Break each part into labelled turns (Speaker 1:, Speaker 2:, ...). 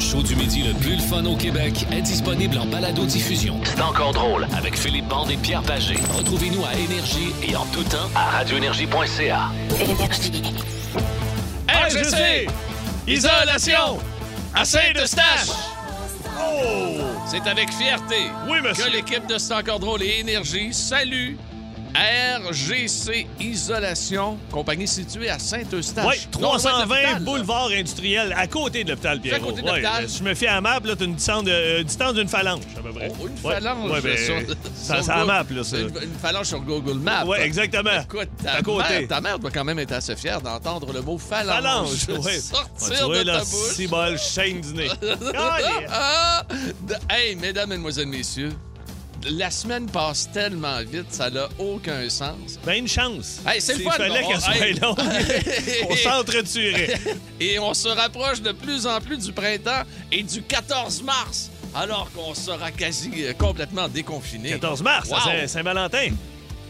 Speaker 1: show du midi le plus le fun au Québec est disponible en balado-diffusion. C'est encore drôle avec Philippe Bande et Pierre Pagé. Retrouvez-nous à Énergie et en tout temps à radioénergie.ca.
Speaker 2: RGC, isolation, à Saint-Eustache.
Speaker 1: Oh!
Speaker 2: C'est avec fierté
Speaker 3: Oui, monsieur.
Speaker 2: que l'équipe de C'est encore drôle et Énergie salue RGC Isolation, compagnie située à Saint-Eustache.
Speaker 3: Oui,
Speaker 2: Non loin de
Speaker 3: 320
Speaker 2: l'hôpital, là.
Speaker 3: boulevard industriel, à côté de l'hôpital Pierrot.
Speaker 2: à côté de l'hôpital.
Speaker 3: Ouais, je me fais à la map, là, t'as une distance de- euh, distance d'une phalange, à peu près.
Speaker 2: Oh, une
Speaker 3: Ouais.
Speaker 2: phalange
Speaker 3: Ouais, ben,
Speaker 2: sur,
Speaker 3: ça,
Speaker 2: sur
Speaker 3: ça
Speaker 2: Go-
Speaker 3: map, là, ça.
Speaker 2: Une, une phalange sur Google Maps.
Speaker 3: Ouais, exactement.
Speaker 2: Écoute,
Speaker 3: à
Speaker 2: ta
Speaker 3: côté.
Speaker 2: mère, ta mère doit quand même être assez fière d'entendre le mot phalange,
Speaker 3: Phalange, ouais. Ouais, tu
Speaker 2: sortir
Speaker 3: vois,
Speaker 2: de
Speaker 3: là,
Speaker 2: ta bouche.
Speaker 3: si bol, chaîne du nez. Ah, yeah.
Speaker 2: Ah! De- Hey, mesdames, mesdemoiselles, messieurs, la semaine passe tellement vite, ça n'a aucun sens.
Speaker 3: Ben, une chance.
Speaker 2: Hey, c'est le
Speaker 3: S'il
Speaker 2: fun,
Speaker 3: fallait
Speaker 2: bon,
Speaker 3: qu'elle soit
Speaker 2: hey.
Speaker 3: longue, on s'entretuerait.
Speaker 2: Et on se rapproche de plus en plus du printemps et du 14 mars, alors qu'on sera quasi euh, complètement déconfiné.
Speaker 3: 14 mars,
Speaker 2: Wow.
Speaker 3: à Saint- Saint-Valentin.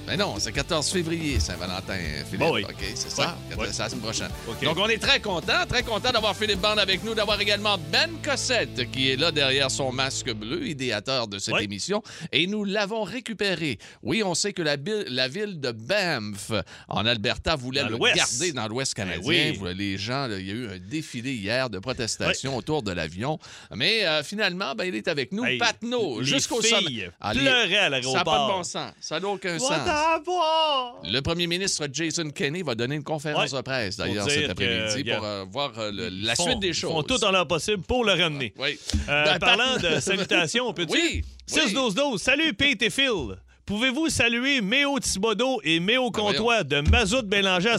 Speaker 2: Mais Ben non, c'est 14 février, Saint-Valentin, Philippe.
Speaker 3: Bon, Bah oui.
Speaker 2: OK, c'est ça.
Speaker 3: Ouais,
Speaker 2: Quatre-
Speaker 3: ouais.
Speaker 2: C'est la semaine prochaine.
Speaker 3: OK.
Speaker 2: Donc, on est très content, très content d'avoir Philippe Bande avec nous, d'avoir également Ben Cossette, qui est là derrière son masque bleu, idéateur de cette
Speaker 3: Ouais.
Speaker 2: émission. Et nous l'avons récupéré. Oui, on sait que la, bi- la ville de Banff, en Alberta, voulait
Speaker 3: Dans
Speaker 2: le
Speaker 3: l'Ouest. Ben
Speaker 2: garder dans l'Ouest canadien.
Speaker 3: oui.
Speaker 2: Vous- Les gens, là, il y a eu un défilé hier de protestation autour de l'avion. Mais euh, finalement, ben, il est avec nous.
Speaker 3: Hey,
Speaker 2: Patnaud,
Speaker 3: les
Speaker 2: jusqu'au
Speaker 3: filles
Speaker 2: sommet. Ah, les-
Speaker 3: pleuraient
Speaker 2: Ça
Speaker 3: à
Speaker 2: n'a pas de
Speaker 3: l'aéroport.
Speaker 2: bon sens. Ça n'a aucun
Speaker 3: Faut
Speaker 2: sens.
Speaker 3: t'avoir.
Speaker 2: Le premier ministre Jason Kenney va donner une conférence
Speaker 3: Ouais.
Speaker 2: de presse, d'ailleurs,
Speaker 3: Pour dire
Speaker 2: cet après-midi,
Speaker 3: que, euh,
Speaker 2: pour euh, voir euh, le- la
Speaker 3: Ils font-
Speaker 2: suite des
Speaker 3: Ils
Speaker 2: choses.
Speaker 3: font tout en leur possible pour le ramener.
Speaker 2: Oui.
Speaker 3: Euh,
Speaker 2: Ben,
Speaker 3: parlant
Speaker 2: Pat-
Speaker 3: de salutations, on peut-tu?
Speaker 2: Oui,
Speaker 3: 6-12-12. Salut, Pete et Phil. Pouvez-vous saluer Méo Thibodeau et Méo
Speaker 2: Ben,
Speaker 3: Comtois de Mazout Bélanger à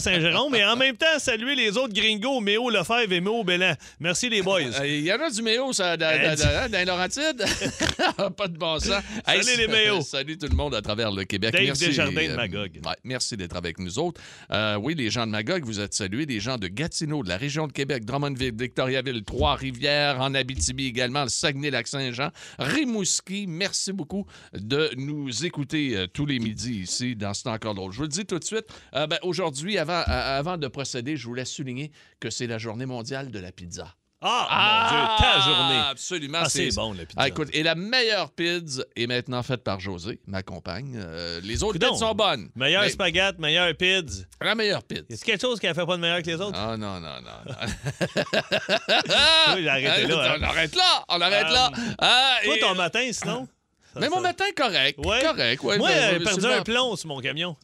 Speaker 3: Saint-Jérôme et en même temps saluer les autres gringos Méo Lefebvre et Méo Bélan? Merci les boys.
Speaker 2: Euh, Il y en a du méo, ça, dans,
Speaker 3: Euh,
Speaker 2: dans-
Speaker 3: du-
Speaker 2: dans- dans les Laurentides. Ah, Pas de bon sens.
Speaker 3: Salut les méos.
Speaker 2: Salut tout le monde à travers le Québec.
Speaker 3: Dave
Speaker 2: merci,
Speaker 3: Desjardins de
Speaker 2: euh,
Speaker 3: Magog.
Speaker 2: ouais, merci d'être avec nous autres. Euh, oui, les gens de Magog, vous êtes salués. Les gens de Gatineau, de la région de Québec, Drummondville, Victoriaville, Trois-Rivières, en Abitibi également, le Saguenay-Lac-Saint-Jean, Rimouski. Merci beaucoup de nous écouter euh, tous les midis ici dans C'est encore drôle. Je vous le dis tout de suite. euh, ben, Aujourd'hui, avant, euh, avant de procéder, je voulais souligner que c'est la journée mondiale de la pizza.
Speaker 3: Ah, mon Dieu, ta journée.
Speaker 2: Absolument.
Speaker 3: Ah, c'est bon, le pizza.
Speaker 2: Ah, écoute, et la meilleure pizza est maintenant faite par José, ma compagne. Euh, les autres
Speaker 3: Coudon.
Speaker 2: pizzas sont bonnes.
Speaker 3: Meilleur
Speaker 2: mais
Speaker 3: spaghette, meilleur pids.
Speaker 2: La meilleure pizza.
Speaker 3: Y a quelque chose qu'elle fait pas de meilleur que les autres?
Speaker 2: Ah non, non, non. non.
Speaker 3: Oui, j'ai arrêté là, hein.
Speaker 2: On arrête là. On arrête là. Ah,
Speaker 3: Toi,
Speaker 2: et-
Speaker 3: ton matin, sinon? Ça-
Speaker 2: Mais mon
Speaker 3: ça-
Speaker 2: matin, correct.
Speaker 3: Ouais.
Speaker 2: Correct. ouais,
Speaker 3: Moi,
Speaker 2: ben,
Speaker 3: j'ai
Speaker 2: je-
Speaker 3: perdu
Speaker 2: je-
Speaker 3: un plomb sur mon camion.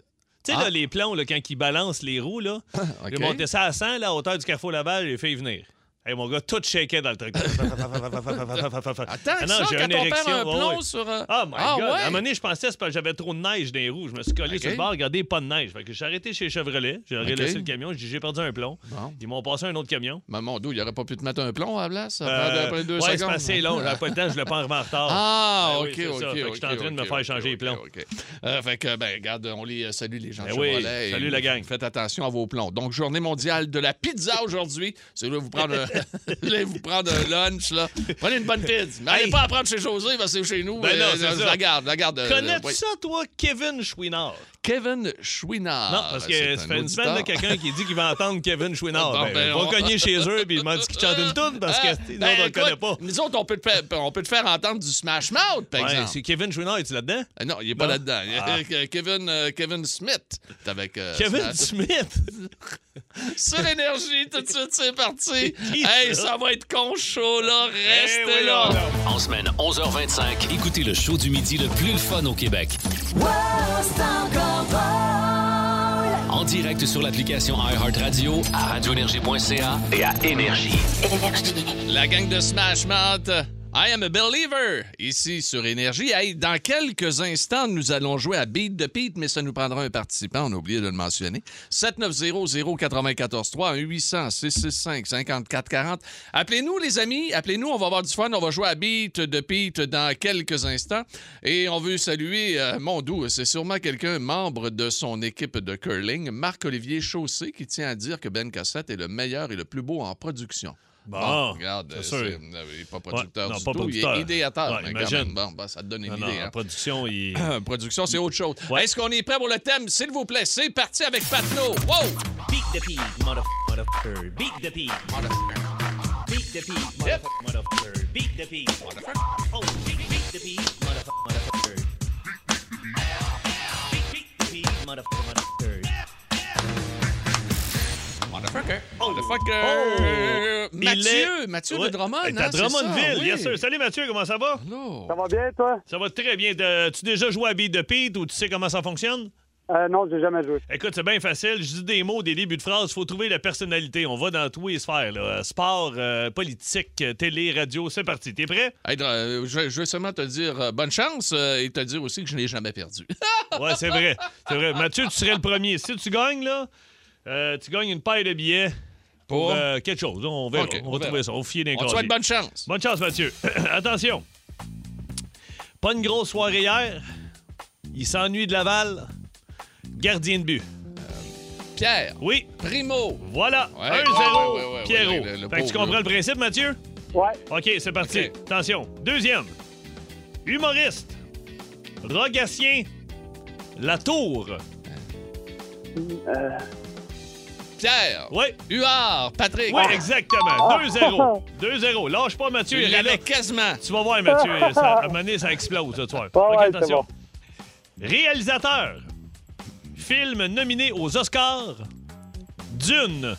Speaker 3: Tu sais,
Speaker 2: Ah.
Speaker 3: là, les plombs, là, quand ils balancent les roues, là,
Speaker 2: OK.
Speaker 3: j'ai monté ça à 100, là, à hauteur du carrefour Laval, j'ai fait y venir. Hey, mon gars, tout shakeait dans le truc.
Speaker 2: Attends,
Speaker 3: Attends,
Speaker 2: ça, quand on perd un plomb sur... euh,
Speaker 3: Oh my
Speaker 2: ah,
Speaker 3: God!
Speaker 2: ouais.
Speaker 3: À un moment donné, je pensais que c'est parce que j'avais trop de neige dans les roues. Je me suis collé
Speaker 2: OK.
Speaker 3: sur le bar, regardez, pas de neige. Fait que j'ai arrêté chez Chevrolet, j'ai
Speaker 2: OK.
Speaker 3: laissé le camion, j'ai dit, j'ai perdu un plomb.
Speaker 2: Bon.
Speaker 3: Ils m'ont passé un autre camion.
Speaker 2: Maman, d'où, il aurait pas pu te mettre un plomb à la place?
Speaker 3: Euh,
Speaker 2: Après deux
Speaker 3: ouais, c'est
Speaker 2: secondes.
Speaker 3: passé long, j'avais pas le temps, je le prends en retard.
Speaker 2: Ah,
Speaker 3: Ben
Speaker 2: OK,
Speaker 3: oui, c'est
Speaker 2: OK.
Speaker 3: ça. Fait que
Speaker 2: ok,
Speaker 3: j'étais en train de me
Speaker 2: ok,
Speaker 3: faire
Speaker 2: ok,
Speaker 3: changer les
Speaker 2: ok,
Speaker 3: plombs.
Speaker 2: ok. Euh, fait que, ben, regarde, on les euh, salue, les gens de
Speaker 3: Ben oui,
Speaker 2: Chevrolet, et
Speaker 3: salut la gang.
Speaker 2: Faites attention à vos plombs. Donc, journée mondiale de la pizza aujourd'hui. C'est là vous prendre un, vous allez vous prendre un lunch, là. Prenez une bonne pizza. Mais allez
Speaker 3: Hey.
Speaker 2: pas apprendre chez José, parce que c'est chez nous.
Speaker 3: Ben non, c'est
Speaker 2: je
Speaker 3: ça.
Speaker 2: la garde, la garde. euh,
Speaker 3: Connais-tu
Speaker 2: oui.
Speaker 3: ça, toi, Kevin Chouinard?
Speaker 2: Kevin Chouinard.
Speaker 3: non, parce que
Speaker 2: Ah, ben, c'est
Speaker 3: ça
Speaker 2: un
Speaker 3: fait une semaine, là,
Speaker 2: auditeur.
Speaker 3: quelqu'un qui dit qu'il va entendre Kevin Chouinard.
Speaker 2: Bon,
Speaker 3: Ben,
Speaker 2: ben,
Speaker 3: on
Speaker 2: on-
Speaker 3: va cogner chez eux puis il m'a dit qu'il chante une toune parce
Speaker 2: Ah,
Speaker 3: que sinon,
Speaker 2: ben,
Speaker 3: on le
Speaker 2: écoute,
Speaker 3: connaît pas.
Speaker 2: Nous autres, on peut, te faire, on peut te faire entendre du Smash Mouth, par
Speaker 3: Ouais,
Speaker 2: Ben, exemple.
Speaker 3: c'est Kevin Chouinard, est-tu là-dedans?
Speaker 2: Ah Non, il n'est pas
Speaker 3: Non?
Speaker 2: là-dedans. Il y a-
Speaker 3: Ah.
Speaker 2: Kevin, euh, Kevin Smith est avec euh,
Speaker 3: Kevin
Speaker 2: Smash.
Speaker 3: Smith!
Speaker 2: Ben, sur l'énergie, tout de suite, c'est parti.
Speaker 3: qui,
Speaker 2: hey,
Speaker 3: ça?
Speaker 2: ça va être con chaud, là. Restez
Speaker 3: Eh oui,
Speaker 2: là.
Speaker 3: non, non.
Speaker 1: En semaine 11h25, écoutez le show du midi le plus le fun au Québec. En direct sur l'application iHeartRadio, à radioénergie.ca et à Énergie.
Speaker 2: La gang de Smash Mouth. I am a believer ici sur Énergie. Hey, dans quelques instants, nous allons jouer à Beat de Pete, mais ça nous prendra un participant. On a oublié de le mentionner. 7900-943 800 665 5440. Appelez-nous, les amis. Appelez-nous. On va avoir du fun. On va jouer à Beat de Pete dans quelques instants. Et on veut saluer euh, mon doux. C'est sûrement quelqu'un, membre de son équipe de curling, Marc-Olivier Chaussé, qui tient à dire que Ben Cassette est le meilleur et le plus beau en production.
Speaker 3: Bon,
Speaker 2: regarde,
Speaker 3: c'est
Speaker 2: euh,
Speaker 3: sûr.
Speaker 2: c'est- euh, il n'est pas producteur
Speaker 3: Ouais, non,
Speaker 2: du
Speaker 3: pas
Speaker 2: tout,
Speaker 3: producteur.
Speaker 2: il est idéateur.
Speaker 3: Ouais,
Speaker 2: mais quand
Speaker 3: imagine.
Speaker 2: même, bon, ben, ça te donne une
Speaker 3: Non, non,
Speaker 2: idée.
Speaker 3: en
Speaker 2: hein.
Speaker 3: production, il.
Speaker 2: Production, c'est autre chose.
Speaker 3: Ouais.
Speaker 2: Est-ce qu'on est prêt pour le thème? S'il vous plaît, c'est parti avec Patno. Wow!
Speaker 4: Beat the pig, motherfucker. Beat the pig. Beat Beat the beat, motherfucker, motherfucker. Beat the beat, motherfucker. Oh, beat, beat the beat, motherfucker, motherfucker. Beat, beat the beat, motherfucker, motherfucker.
Speaker 2: Motherfucker.
Speaker 4: Oh.
Speaker 2: Motherfucker.
Speaker 3: Il
Speaker 2: euh, Mathieu,
Speaker 3: est-
Speaker 2: Mathieu
Speaker 3: Ouais.
Speaker 2: de Drummond.
Speaker 3: Hey, t'as
Speaker 2: hein, c'est
Speaker 3: Drummondville,
Speaker 2: ça, oui.
Speaker 3: yes sir. Salut Mathieu, comment ça va?
Speaker 2: Allô?
Speaker 5: Ça va bien, toi?
Speaker 3: Ça va très bien. T'as- Tu déjà joué à Beat the Pete ou tu sais comment ça fonctionne?
Speaker 5: Euh, non, j'ai jamais joué.
Speaker 3: Écoute, c'est bien facile. Je dis des mots, des débuts de phrases. faut trouver la personnalité. On va dans tous les sphères. là. Sport, euh, politique, euh, télé, radio. C'est parti. T'es prêt?
Speaker 2: Hey, Dr- euh, je, je veux seulement te dire euh, bonne chance euh, et te dire aussi que je n'ai jamais perdu.
Speaker 3: Ouais, c'est vrai. C'est vrai. Mathieu, tu serais le premier. Si tu gagnes, là, euh, tu gagnes une paille de billets pour
Speaker 2: Pour?
Speaker 3: euh, quelque chose. On verra.
Speaker 2: Ok,
Speaker 3: on
Speaker 2: on
Speaker 3: va
Speaker 2: verra.
Speaker 3: trouver ça. On va fier d'un
Speaker 2: On te
Speaker 3: casier.
Speaker 2: souhaite bonne chance.
Speaker 3: Bonne chance, Mathieu. Attention. Pas une grosse soirée hier. Il s'ennuie de Laval. Gardien de but.
Speaker 2: Pierre,
Speaker 3: Oui,
Speaker 2: Primo,
Speaker 3: voilà.
Speaker 2: Ouais. Ouais,
Speaker 3: 1-0,
Speaker 2: ouais, ouais, ouais,
Speaker 3: Pierrot.
Speaker 2: ouais, le- le
Speaker 3: fait que tu
Speaker 2: pauvre,
Speaker 3: comprends
Speaker 2: là.
Speaker 3: le principe, Mathieu?
Speaker 5: Ouais.
Speaker 3: OK, c'est parti.
Speaker 2: OK.
Speaker 3: Attention. Deuxième. Humoriste. Rogatien. La Tour.
Speaker 2: Pierre,
Speaker 3: Oui,
Speaker 2: Huard, Patrick.
Speaker 3: oui, exactement.
Speaker 2: Ah.
Speaker 3: 2-0. 2-0. Lâche pas, Mathieu.
Speaker 2: Tu
Speaker 3: Il est là.
Speaker 2: l'avais quasiment.
Speaker 3: Tu vas voir, Mathieu. ça, à un moment donné, ça explose, ce soir.
Speaker 5: Ouais,
Speaker 3: Ok,
Speaker 5: ouais, c'est
Speaker 3: attention. Réalisateur. Film nominé aux Oscars. Dune.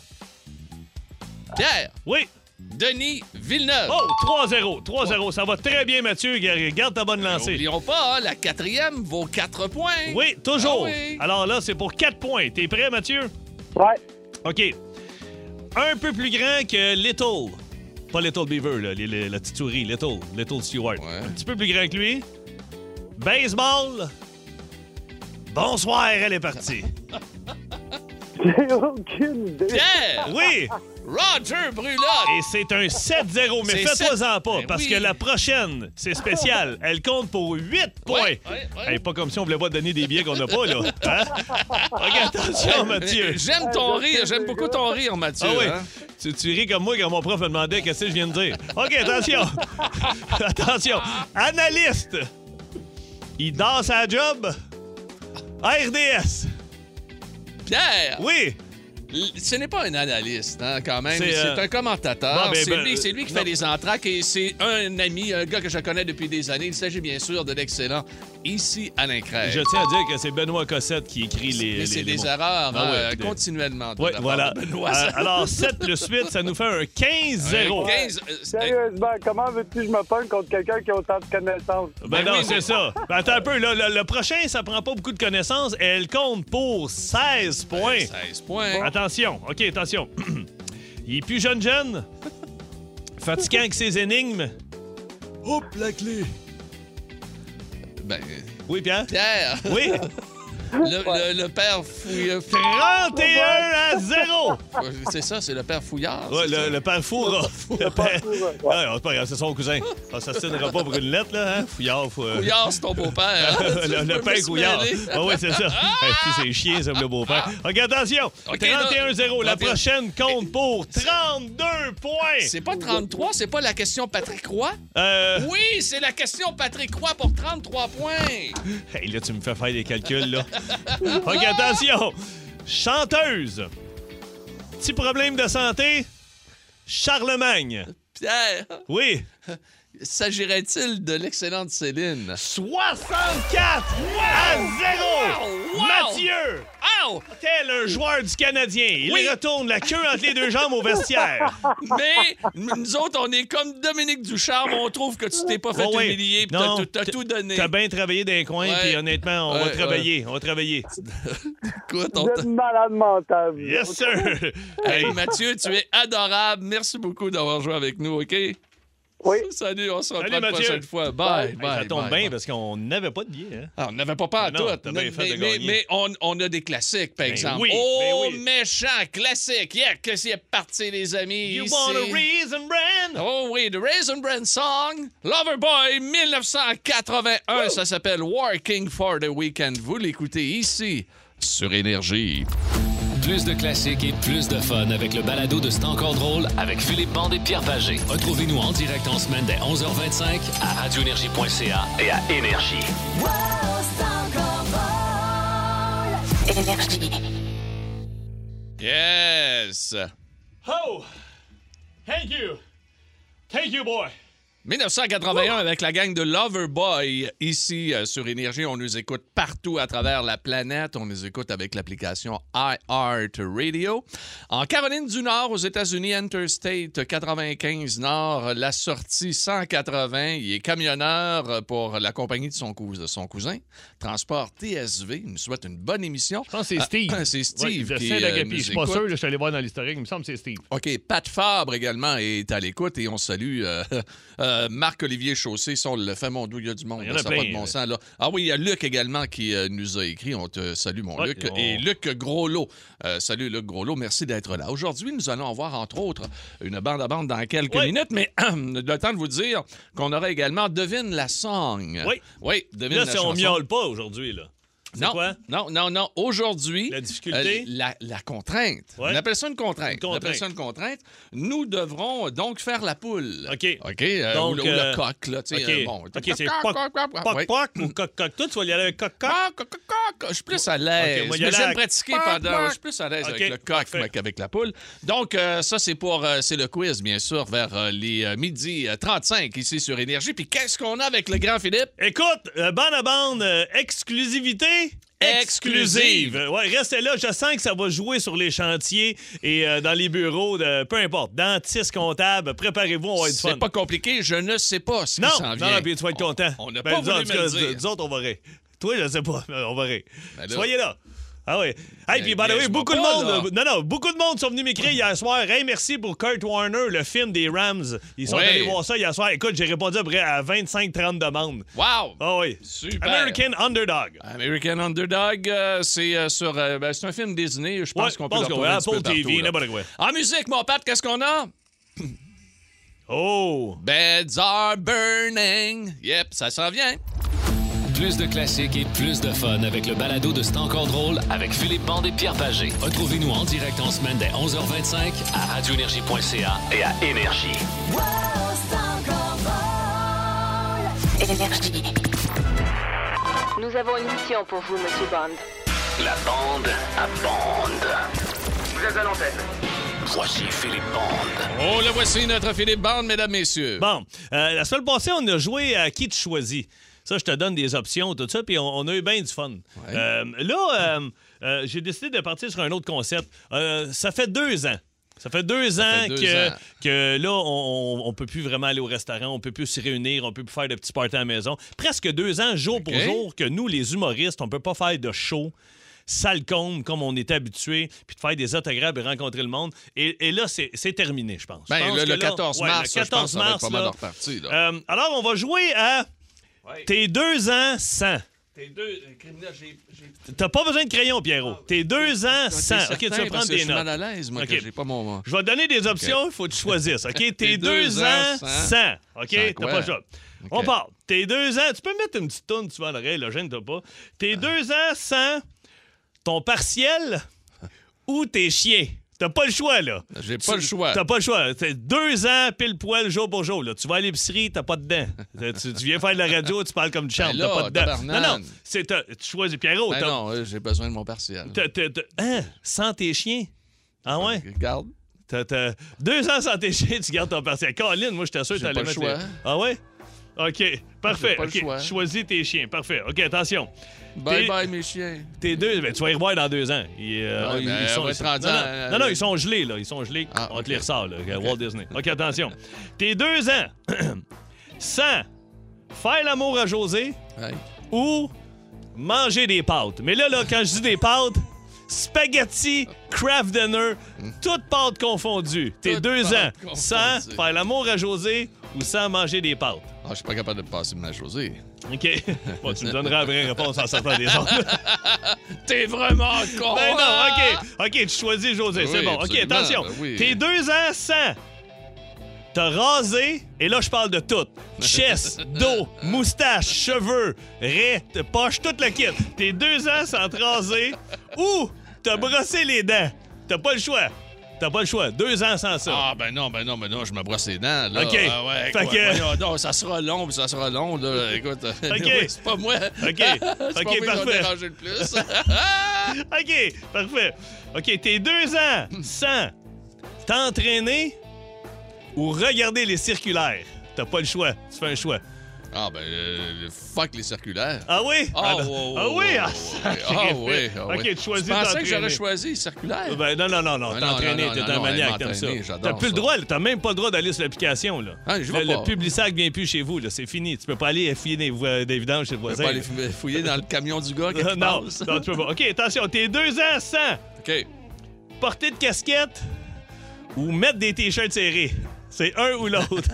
Speaker 2: Pierre,
Speaker 3: Oui.
Speaker 2: Denis Villeneuve.
Speaker 3: Oh, 3-0. 3-0. Ça va très bien, Mathieu. Garde ta bonne lancée.
Speaker 2: N'oublions pas, hein, la quatrième vaut 4 points.
Speaker 3: Oui,
Speaker 2: Ah
Speaker 3: toujours.
Speaker 2: oui.
Speaker 3: Alors là, c'est pour 4 points. T'es prêt, Mathieu?
Speaker 5: Ouais.
Speaker 3: OK. Un peu plus grand que Little. Pas Little Beaver, là, les- les- la petite souris. Little. Little Stewart.
Speaker 2: Ouais.
Speaker 3: Un petit peu plus grand que lui. Baseball. Bonsoir, elle est partie.
Speaker 5: J'ai aucune idée.
Speaker 2: Pierre,
Speaker 3: Oui!
Speaker 2: Roger Brulotte.
Speaker 3: Et c'est un 7-0, mais
Speaker 2: C'est
Speaker 3: fais-toi-en
Speaker 2: sept-
Speaker 3: pas,
Speaker 2: Ben
Speaker 3: parce
Speaker 2: oui.
Speaker 3: que la prochaine, c'est spécial. Elle compte pour 8 points.
Speaker 2: Ouais, ouais, ouais.
Speaker 3: Hey, pas comme si on voulait pas donner des billets qu'on n'a pas, là. Hein? OK, attention, Mathieu.
Speaker 2: J'aime ton rire, j'aime beaucoup ton rire, Mathieu.
Speaker 3: Ah oui,
Speaker 2: hein.
Speaker 3: tu, tu ris comme moi quand mon prof me demandait qu'est-ce que je viens de dire. OK, attention. attention. Analyste. Il danse à la job. RDS.
Speaker 2: Pierre,
Speaker 3: Oui.
Speaker 2: l- ce n'est pas un analyste, hein, quand même.
Speaker 3: C'est,
Speaker 2: C'est
Speaker 3: euh,
Speaker 2: un commentateur.
Speaker 3: bon, ben,
Speaker 2: c'est
Speaker 3: ben,
Speaker 2: lui, c'est lui qui
Speaker 3: non.
Speaker 2: fait les entraques et c'est un ami, un gars que je connais depuis des années. Il s'agit bien sûr de l'excellent ici Alain Craig.
Speaker 3: Je tiens à dire que c'est Benoît Cossette qui écrit les.
Speaker 2: Mais
Speaker 3: les-
Speaker 2: c'est des
Speaker 3: les mots.
Speaker 2: erreurs
Speaker 3: Ah ouais,
Speaker 2: euh,
Speaker 3: des-
Speaker 2: continuellement. de
Speaker 3: Oui,
Speaker 2: la part
Speaker 3: voilà.
Speaker 2: de Benoît.
Speaker 3: Euh, alors, 7 plus 8, ça nous fait
Speaker 2: Un
Speaker 3: un 15-0.
Speaker 2: 15, euh, euh,
Speaker 5: Sérieusement, comment veux-tu que je me pogne contre quelqu'un qui a autant de connaissances?
Speaker 3: Ben
Speaker 2: Ben
Speaker 3: non,
Speaker 2: oui,
Speaker 3: c'est
Speaker 2: mais-
Speaker 3: ça. Ben attends un peu, là, le, le prochain, ça prend pas beaucoup de connaissances. Elle compte pour 16
Speaker 2: Ben,
Speaker 3: points.
Speaker 2: 16 points.
Speaker 3: Attention, OK, attention. Il est plus jeune jeune. Fatiguant avec ses énigmes. Hop, la clé.
Speaker 2: Ben,
Speaker 3: Oui, Pierre?
Speaker 2: Pierre,
Speaker 3: Oui.
Speaker 2: le, le- le père Fouillard.
Speaker 3: 31 à 0.
Speaker 2: C'est ça, c'est le père Fouillard.
Speaker 3: Ouais,
Speaker 2: c'est ça.
Speaker 3: le, le père Foura. Le père
Speaker 5: Foura, ouais.
Speaker 3: Ouais, c'est pas grave, c'est son cousin. On s'assinera pas pour une lettre, là. Hein? Fouillard, faut...
Speaker 2: Couillard, c'est ton beau-père. hein? Tu
Speaker 3: le,
Speaker 2: peux
Speaker 3: le
Speaker 2: me
Speaker 3: pain couillard.
Speaker 2: mêler.
Speaker 3: Ah oui, c'est ça. Hey, tu sais, c'est chier, ça, le beau-père. OK, attention.
Speaker 2: OK,
Speaker 3: 31-0. La
Speaker 2: 31.
Speaker 3: prochaine compte pour 32 points.
Speaker 2: C'est pas 33, c'est pas la question Patrick Roy?
Speaker 3: Euh,
Speaker 2: Oui, c'est la question Patrick Roy pour 33 points.
Speaker 3: hey, là, tu me fais faire des calculs, là. OK, attention. Chanteuse. Petit problème de santé. Charlemagne.
Speaker 2: Pierre,
Speaker 3: Oui.
Speaker 2: s'agirait-il de l'excellente Céline?
Speaker 3: 64 à 0.
Speaker 2: Wow! Wow!
Speaker 3: Mathieu.
Speaker 2: Ow!
Speaker 3: Tel un joueur du Canadien. Il
Speaker 2: Oui.
Speaker 3: retourne la queue entre les deux jambes au vestiaire.
Speaker 2: Mais nous autres, on est comme Dominique Ducharme, on trouve que tu t'es pas fait
Speaker 3: Ouais, ouais.
Speaker 2: humilier, puis
Speaker 3: Oh Non,
Speaker 2: t'as tout- t'as tout donné.
Speaker 3: T'as bien travaillé dans les coins,
Speaker 2: Ouais.
Speaker 3: puis honnêtement, on va
Speaker 2: Ouais,
Speaker 3: travailler. On va travailler.
Speaker 2: Écoute, on
Speaker 5: Vous êtes
Speaker 2: t'a-
Speaker 5: malade mental. vous.
Speaker 3: Yes, sir!
Speaker 2: Hey,
Speaker 3: hey,
Speaker 2: Mathieu, tu es adorable. Merci beaucoup d'avoir joué avec nous, OK?
Speaker 5: Oui.
Speaker 2: Salut, on se reprend
Speaker 3: Salut,
Speaker 2: la
Speaker 3: Mathieu.
Speaker 2: prochaine fois. Bye,
Speaker 3: hey,
Speaker 2: bye.
Speaker 3: ça tombe
Speaker 2: bye,
Speaker 3: bien
Speaker 2: bye.
Speaker 3: parce qu'on n'avait pas de billets. Hein?
Speaker 2: Ah, on n'avait pas pas à
Speaker 3: Ben non,
Speaker 2: tout.
Speaker 3: t'as bien
Speaker 2: mais,
Speaker 3: fait de
Speaker 2: mais-
Speaker 3: gagner.
Speaker 2: mais on, on a des classiques, par
Speaker 3: Ben
Speaker 2: exemple.
Speaker 3: oui, ben
Speaker 2: oh,
Speaker 3: oui.
Speaker 2: méchant classique. Yeah, que c'est parti, les amis.
Speaker 3: You
Speaker 2: C'est-
Speaker 3: want a reason, Brand?
Speaker 2: Oh oui, The Raisin Brand Song, Loverboy 1981, ça s'appelle Working for the Weekend. Vous l'écoutez ici sur Énergie.
Speaker 1: Plus de classiques et plus de fun avec le balado de C'est encore drôle avec Philippe Bande et Pierre Pagé. Retrouvez-nous en direct en semaine dès 11h25 à radioénergie.ca et à Énergie.
Speaker 2: Yes!
Speaker 3: Oh! Thank you! Thank you, boy.
Speaker 2: 1981 avec la gang de Loverboy. Ici, euh, sur Énergie, on nous écoute partout à travers la planète. On nous écoute avec l'application iHeartRadio. En Caroline du Nord, aux États-Unis, Interstate 95 Nord, la sortie 180. Il est camionneur euh, pour la compagnie de son, cous- de son cousin. Transport TSV. Il nous souhaite une bonne émission.
Speaker 3: Je pense que c'est Steve.
Speaker 2: Ah, c'est Steve
Speaker 3: Ouais, de
Speaker 2: qui, euh,
Speaker 3: Saint-Agapi.
Speaker 2: nous
Speaker 3: Je suis pas
Speaker 2: écoute.
Speaker 3: sûr, là, je suis allé voir dans l'historique. Il me semble que c'est Steve.
Speaker 2: OK, Pat Fabre également est à l'écoute et on salue euh, euh, Marc-Olivier Chaussé, si on le fait, mon doux, il y a du monde,
Speaker 3: Il y en
Speaker 2: là,
Speaker 3: a
Speaker 2: ça a
Speaker 3: plein,
Speaker 2: pas de bon
Speaker 3: là.
Speaker 2: sens. Là. Ah oui, il y a Luc également qui euh, nous a écrit, on te salue mon
Speaker 3: Ouais,
Speaker 2: Luc,
Speaker 3: on-
Speaker 2: et Luc Groslot. Euh, salut Luc Groslot, merci d'être là. Aujourd'hui, nous allons avoir entre autres une bande à bande dans quelques
Speaker 3: Ouais.
Speaker 2: minutes, mais le temps de vous dire qu'on aura également Devine la song.
Speaker 3: Oui.
Speaker 2: Oui, Devine
Speaker 3: Là,
Speaker 2: la
Speaker 3: si on
Speaker 2: chanson.
Speaker 3: miaule pas aujourd'hui, là. C'est
Speaker 2: Non,
Speaker 3: quoi?
Speaker 2: non, non, non. Aujourd'hui, euh,
Speaker 3: La difficulté?
Speaker 2: la, la contrainte.
Speaker 3: Ouais.
Speaker 2: On appelle ça une contrainte.
Speaker 3: Une contrainte.
Speaker 2: On appelle ça une contrainte. Nous devrons euh, donc faire la poule.
Speaker 3: OK.
Speaker 2: OK. euh,
Speaker 3: Donc,
Speaker 2: ou, le- ou
Speaker 3: euh,
Speaker 2: le coq, là. Tu sais,
Speaker 3: OK.
Speaker 2: euh, bon.
Speaker 3: OK, c'est poc, poc, hein?
Speaker 2: Ouais.
Speaker 3: poc ou coq, coq. Toi, tu vas y aller avec coq, coq.
Speaker 2: Ah, Coq, coq, coq, coq. Je suis plus à l'aise.
Speaker 3: OK, moi, il y
Speaker 2: Mais
Speaker 3: a la-
Speaker 2: J'aime pratiquer
Speaker 3: Coq,
Speaker 2: pendant.
Speaker 3: coq.
Speaker 2: Je suis plus à l'aise
Speaker 3: OK,
Speaker 2: avec le coq
Speaker 3: parfait.
Speaker 2: qu'avec la poule. Donc, euh, ça, c'est pour. euh, c'est le quiz, bien sûr, vers euh, les euh, midi euh, 35 ici sur Énergie. Puis qu'est-ce qu'on a avec le grand Philippe?
Speaker 3: Écoute, euh, bande à bande, euh, exclusivité
Speaker 2: Exclusive.
Speaker 3: Euh, Ouais, restez là, je sens que ça va jouer sur les chantiers et euh, dans les bureaux, de, peu importe, dentiste, comptable, préparez-vous, on va être fun.
Speaker 2: C'est pas compliqué. Je ne sais pas ce
Speaker 3: non,
Speaker 2: qui s'en
Speaker 3: non,
Speaker 2: vient.
Speaker 3: non, puis tu vas être
Speaker 2: On-
Speaker 3: content.
Speaker 2: On n'a
Speaker 3: Ben,
Speaker 2: pas
Speaker 3: nous
Speaker 2: voulu
Speaker 3: autres, en tout
Speaker 2: me le
Speaker 3: cas,
Speaker 2: dire.
Speaker 3: Nous autres, on va rire. Toi, je sais pas, mais on va rire.
Speaker 2: Ben là-
Speaker 3: Soyez là. Ah oui. Hey,
Speaker 2: Ben,
Speaker 3: puis by the way,
Speaker 2: niaise-moi
Speaker 3: beaucoup de
Speaker 2: pas,
Speaker 3: monde.
Speaker 2: là.
Speaker 3: euh, Non, non, beaucoup de monde sont venus m'écrire hier soir. Hey, merci pour Kurt Warner, le film des Rams. Ils sont
Speaker 2: Ouais.
Speaker 3: allés voir ça hier soir. Écoute, j'ai répondu à peu près à 25-30 demandes.
Speaker 2: Wow!
Speaker 3: Ah oui.
Speaker 2: Super.
Speaker 3: American Underdog.
Speaker 2: American Underdog, euh, c'est euh, sur, euh, ben, c'est un film Disney. Je pense
Speaker 3: Ouais,
Speaker 2: qu'on peut
Speaker 3: pense
Speaker 2: le
Speaker 3: qu'on-
Speaker 2: retrouver un petit peu
Speaker 3: Apple TV,
Speaker 2: partout, là.
Speaker 3: n'importe quoi.
Speaker 2: En musique, mon Pat, qu'est-ce qu'on a?
Speaker 3: Oh!
Speaker 2: Beds are burning. Yep, ça s'en vient.
Speaker 1: Plus de classiques et plus de fun avec le balado de C'est encore drôle avec Philippe Bande et Pierre Pagé. Retrouvez-nous en direct en semaine dès 11h25 à radioénergie.ca et à Énergie.
Speaker 6: Nous avons une mission pour vous, Monsieur Bond.
Speaker 1: La bande à bande. Vous êtes à l'antenne. Voici Philippe Bande.
Speaker 2: Oh, le voici, notre Philippe Bande, mesdames, messieurs.
Speaker 3: Bon, euh, la semaine passée, on a joué à qui tu choisis. Ça, je te donne des options, tout ça, puis on, on a eu bien du fun. Euh, là, euh, euh, j'ai décidé de partir sur un autre concept. Euh, ça fait deux ans. Ça fait deux ans,
Speaker 2: fait deux
Speaker 3: que,
Speaker 2: ans.
Speaker 3: que là, on, on- on peut plus vraiment aller au restaurant, on peut plus se réunir, on peut plus faire de petits parties à la maison. Presque deux ans, jour pour
Speaker 2: OK.
Speaker 3: jour, que nous, les humoristes, on peut pas faire de show sale comble comme on est habitué, puis de faire des autographes et rencontrer le monde. Et, et là, c'est c'est terminé, je pense. Je
Speaker 2: Ben,
Speaker 3: pense
Speaker 2: le,
Speaker 3: que
Speaker 2: le
Speaker 3: là-
Speaker 2: 14
Speaker 3: ouais,
Speaker 2: mars,
Speaker 3: le
Speaker 2: je pense
Speaker 3: 14
Speaker 2: que ça va être
Speaker 3: mars,
Speaker 2: pas mal
Speaker 3: là,
Speaker 2: reparti. Là.
Speaker 3: euh, alors, on va jouer à tes deux ans sans.
Speaker 2: T'es deux criminels, j'ai.
Speaker 3: T'as pas besoin de crayon, Pierrot. Tes deux ans sans. Ok, tu vas prendre
Speaker 2: Je
Speaker 3: des
Speaker 2: suis mal
Speaker 3: notes.
Speaker 2: à l'aise, moi,
Speaker 3: OK.
Speaker 2: que j'ai pas mon.
Speaker 3: Je vais te donner des options, il faut que tu choisisses. Ok, tes, deux, ans sans. Ok, t'as
Speaker 2: quoi?
Speaker 3: pas le choix. On part. Tes deux ans, tu peux mettre une petite toune, tu vas à l'oreille, là, gêne-toi pas.
Speaker 2: Ah.
Speaker 3: Tes deux ans sans ton partiel ou tes chiens. T'as pas le choix, là.
Speaker 2: J'ai pas le choix.
Speaker 3: T'as pas le choix. T'as deux ans pile poil jour pour jour. Là. Tu vas à l'épicerie, t'as pas de dents. T'as- tu, tu viens faire de la radio, tu parles comme du champ,
Speaker 2: Ben là,
Speaker 3: t'as pas de dents. Non,
Speaker 2: tabarnane.
Speaker 3: non. c'est- t'as- tu choisis Pierrot.
Speaker 2: Ben
Speaker 3: t'as-
Speaker 2: non, euh, j'ai besoin de mon partiel.
Speaker 3: t'as- t'as- t'as- hein? Sans tes chiens. Ah ouais?
Speaker 2: Regarde.
Speaker 3: T'as, t'as- deux ans sans tes chiens, tu gardes ton partiel. Colin, moi, j'étais sûr que
Speaker 2: J'ai
Speaker 3: t'allais
Speaker 2: pas le
Speaker 3: mettre.
Speaker 2: choix.
Speaker 3: tes- Ah ouais? OK, parfait.
Speaker 2: pas le
Speaker 3: OK,
Speaker 2: choix.
Speaker 3: Choisis tes chiens, parfait. OK, attention.
Speaker 2: Bye
Speaker 3: T'es-
Speaker 2: bye, mes chiens.
Speaker 3: Tes deux, ben, tu vas y revoir dans deux ans. Ils, euh,
Speaker 2: Ouais,
Speaker 3: ils-
Speaker 2: ben,
Speaker 3: ils
Speaker 2: on va être rendu
Speaker 3: non, non,
Speaker 2: à-
Speaker 3: non, non, ils sont gelés, là. Ils sont gelés.
Speaker 2: Ah,
Speaker 3: On
Speaker 2: ok.
Speaker 3: te les ressort, là, Walt Disney. OK, attention. Tes deux ans sans faire l'amour à José
Speaker 2: Ouais.
Speaker 3: ou manger des pâtes. Mais là, là, quand je dis des pâtes, spaghetti, craft dinner, toutes pâtes confondues. Tes
Speaker 2: Toutes
Speaker 3: deux ans
Speaker 2: pâtes
Speaker 3: sans
Speaker 2: confondues.
Speaker 3: faire l'amour à José ou sans manger des pâtes.
Speaker 2: Ah, je suis pas capable de passer ma Josée.
Speaker 3: OK? Bon, tu me donneras la vraie réponse en sortant des autres.
Speaker 2: T'es vraiment con!
Speaker 3: Ben non, OK. OK, tu choisis José. c'est
Speaker 2: Oui,
Speaker 3: bon. OK,
Speaker 2: absolument,
Speaker 3: attention.
Speaker 2: ben oui.
Speaker 3: Tes deux ans sans t'as rasé, et là, je parle de tout. Chest, dos, moustache, cheveux, raies, t- poche, tout le kit. Tes deux ans sans te raser ou t'as brossé les dents. T'as pas le choix. T'as pas le choix. Deux ans sans ça.
Speaker 2: Ah, ben non, ben non, ben non, je me brosse les dents, là.
Speaker 3: OK.
Speaker 2: Ah ouais,
Speaker 3: Fait
Speaker 2: quoi,
Speaker 3: que-
Speaker 2: voyons donc, ça sera long, puis ça sera long, là. Écoute, anyway, c'est pas moi.
Speaker 3: OK.
Speaker 2: c'est pas
Speaker 3: OK,
Speaker 2: moi qui va
Speaker 3: parfait.
Speaker 2: déranger le plus.
Speaker 3: OK, parfait. OK, tes deux ans sans t'entraîner, ou regarder les circulaires? T'as pas le choix. Tu fais un choix.
Speaker 2: Ah, ben, euh, fuck les circulaires.
Speaker 3: Ah oui?
Speaker 2: Ah,
Speaker 3: ben-
Speaker 2: ouais,
Speaker 3: ah
Speaker 2: ouais,
Speaker 3: oui?
Speaker 2: ouais,
Speaker 3: Ah,
Speaker 2: ouais,
Speaker 3: ça,
Speaker 2: ouais. Ah, oui. ah
Speaker 3: Ok,
Speaker 2: oui.
Speaker 3: tu choisis
Speaker 2: Je pensais que
Speaker 3: d'entraîner.
Speaker 2: j'aurais choisi circulaire.
Speaker 3: Ben non, non, non, non.
Speaker 2: Ben
Speaker 3: T'es
Speaker 2: non,
Speaker 3: entraîné,
Speaker 2: non, non,
Speaker 3: t'es
Speaker 2: non,
Speaker 3: un
Speaker 2: non,
Speaker 3: maniaque,
Speaker 2: elle
Speaker 3: t'aimes ça.
Speaker 2: m'entraîner, j'adore
Speaker 3: T'as plus
Speaker 2: ça.
Speaker 3: le droit, là, t'as même pas le droit d'aller sur l'application, là.
Speaker 2: Ah, je
Speaker 3: le
Speaker 2: vais
Speaker 3: le
Speaker 2: pas.
Speaker 3: Publisac vient plus chez vous, là. C'est fini. Tu peux pas aller fouiller des, vo- des vidanges chez le
Speaker 2: Je
Speaker 3: voisin.
Speaker 2: vais pas aller
Speaker 3: là.
Speaker 2: fou- fouiller dans le camion du gars quand il
Speaker 3: non,
Speaker 2: passe.
Speaker 3: non, tu peux pas. OK, attention, t'es deux ans sans
Speaker 2: OK.
Speaker 3: porter de casquette ou mettre des t-shirts serrés. C'est un ou l'autre.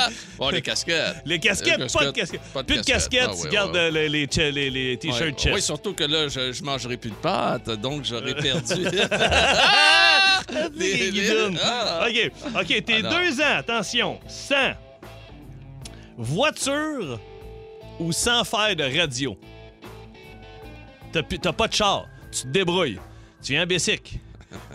Speaker 2: Ah! Bon, les casquettes.
Speaker 3: Les casquettes,
Speaker 2: Les
Speaker 3: pas de casquette.
Speaker 2: Euh, pas
Speaker 3: plus de casquette,
Speaker 2: Ah,
Speaker 3: tu
Speaker 2: ouais,
Speaker 3: gardes
Speaker 2: ouais, ouais.
Speaker 3: euh, les, les che- les- les t-shirts
Speaker 2: Ouais,
Speaker 3: chest.
Speaker 2: Oui, surtout que là, je, je mangerai plus de pâtes, donc j'aurais
Speaker 3: Euh.
Speaker 2: perdu.
Speaker 3: Les
Speaker 2: Les- les-
Speaker 3: guidounes.
Speaker 2: Ah!
Speaker 3: OK, OK, t'es
Speaker 2: Ah, non.
Speaker 3: deux ans, attention. Sans voiture ou sans faire de radio. T'as pu- T'as pas de char, tu te débrouilles. Tu viens en bicycle.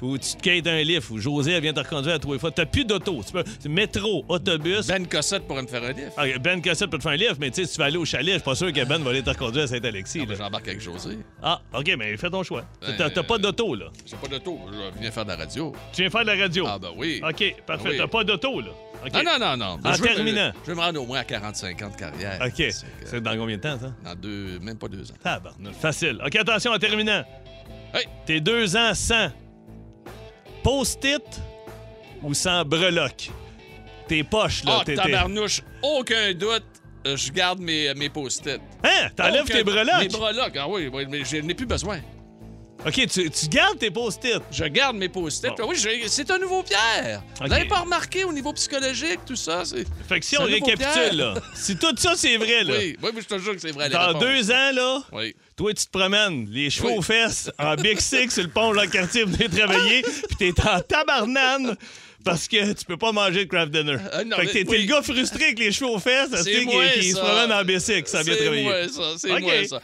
Speaker 3: ou tu te quittes un lift, ou José elle vient te reconduire à tous les fois. T'as plus d'auto. Tu peux. c'est Métro, autobus.
Speaker 2: Ben Cossette pourrait me faire un livre.
Speaker 3: Ah, Ben Cossette peut te faire un lift, mais tu sais, si tu vas aller au chalet, je suis pas sûr que Ben va aller te reconduire à Saint-Alexis. là.
Speaker 2: J'embarque avec José.
Speaker 3: Ah, OK, mais fais ton choix.
Speaker 2: Ben,
Speaker 3: T'as t'as pas d'auto, là.
Speaker 2: J'ai pas d'auto. Je viens faire de la radio.
Speaker 3: Tu viens faire de la radio.
Speaker 2: Ah, ben oui.
Speaker 3: OK, parfait.
Speaker 2: Oui.
Speaker 3: T'as pas d'auto, là. OK.
Speaker 2: Non, non, non, non.
Speaker 3: En
Speaker 2: Je veux me-
Speaker 3: terminant.
Speaker 2: Je vais me rendre au moins à 45 ans de carrière.
Speaker 3: OK.
Speaker 2: C'est que-
Speaker 3: C'est dans combien de temps, ça?
Speaker 2: Dans deux, même pas deux ans.
Speaker 3: Tabarnak. Facile. OK, attention, en terminant.
Speaker 2: Hey!
Speaker 3: T'es deux ans sans post-it ou sans breloque? Tes poches, là.
Speaker 2: Ah,
Speaker 3: t'es- t'es-
Speaker 2: tabarnouche, aucun doute, euh, je garde mes, mes post-it.
Speaker 3: Hein? T'enlèves
Speaker 2: Aucun-
Speaker 3: tes
Speaker 2: Mes
Speaker 3: breloques?
Speaker 2: breloques, ah oui, oui, mais je n'ai plus besoin.
Speaker 3: OK, tu, tu gardes tes post-it.
Speaker 2: Je garde mes post-it.
Speaker 3: Bon.
Speaker 2: Oui, j'ai- c'est un nouveau Pierre.
Speaker 3: Ok.
Speaker 2: Vous n'avez pas remarqué au niveau psychologique, tout ça? C'est...
Speaker 3: Fait que si
Speaker 2: C'est
Speaker 3: on
Speaker 2: un nouveau
Speaker 3: récapitule,
Speaker 2: Pierre.
Speaker 3: là, si tout ça, c'est vrai, là,
Speaker 2: Oui, oui, mais je te jure que c'est vrai. les
Speaker 3: dans
Speaker 2: réponses.
Speaker 3: deux ans, là,
Speaker 2: Oui.
Speaker 3: Toi, tu te promènes, les cheveux
Speaker 2: Oui.
Speaker 3: aux fesses, en Big Six, sur le pont de quartier, venir travailler, puis t'es en tabarnane parce que tu peux pas manger de craft dinner.
Speaker 2: Euh, non,
Speaker 3: fait que t'es
Speaker 2: mais-
Speaker 3: t'es
Speaker 2: oui.
Speaker 3: le gars frustré avec les cheveux aux fesses, parce que
Speaker 2: C'est
Speaker 3: qui,
Speaker 2: moi,
Speaker 3: qui se
Speaker 2: ça.
Speaker 3: promène en Big Six, ça vient
Speaker 2: C'est
Speaker 3: travailler.
Speaker 2: moi, ça. C'est
Speaker 3: Ok.
Speaker 2: moi, ça.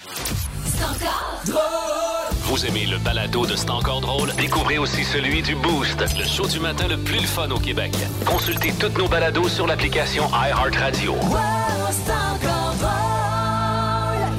Speaker 1: Vous aimez le balado de C'est encore drôle? Découvrez aussi celui du Boost, le show du matin le plus le fun au Québec. Consultez toutes nos balados sur l'application iHeartRadio.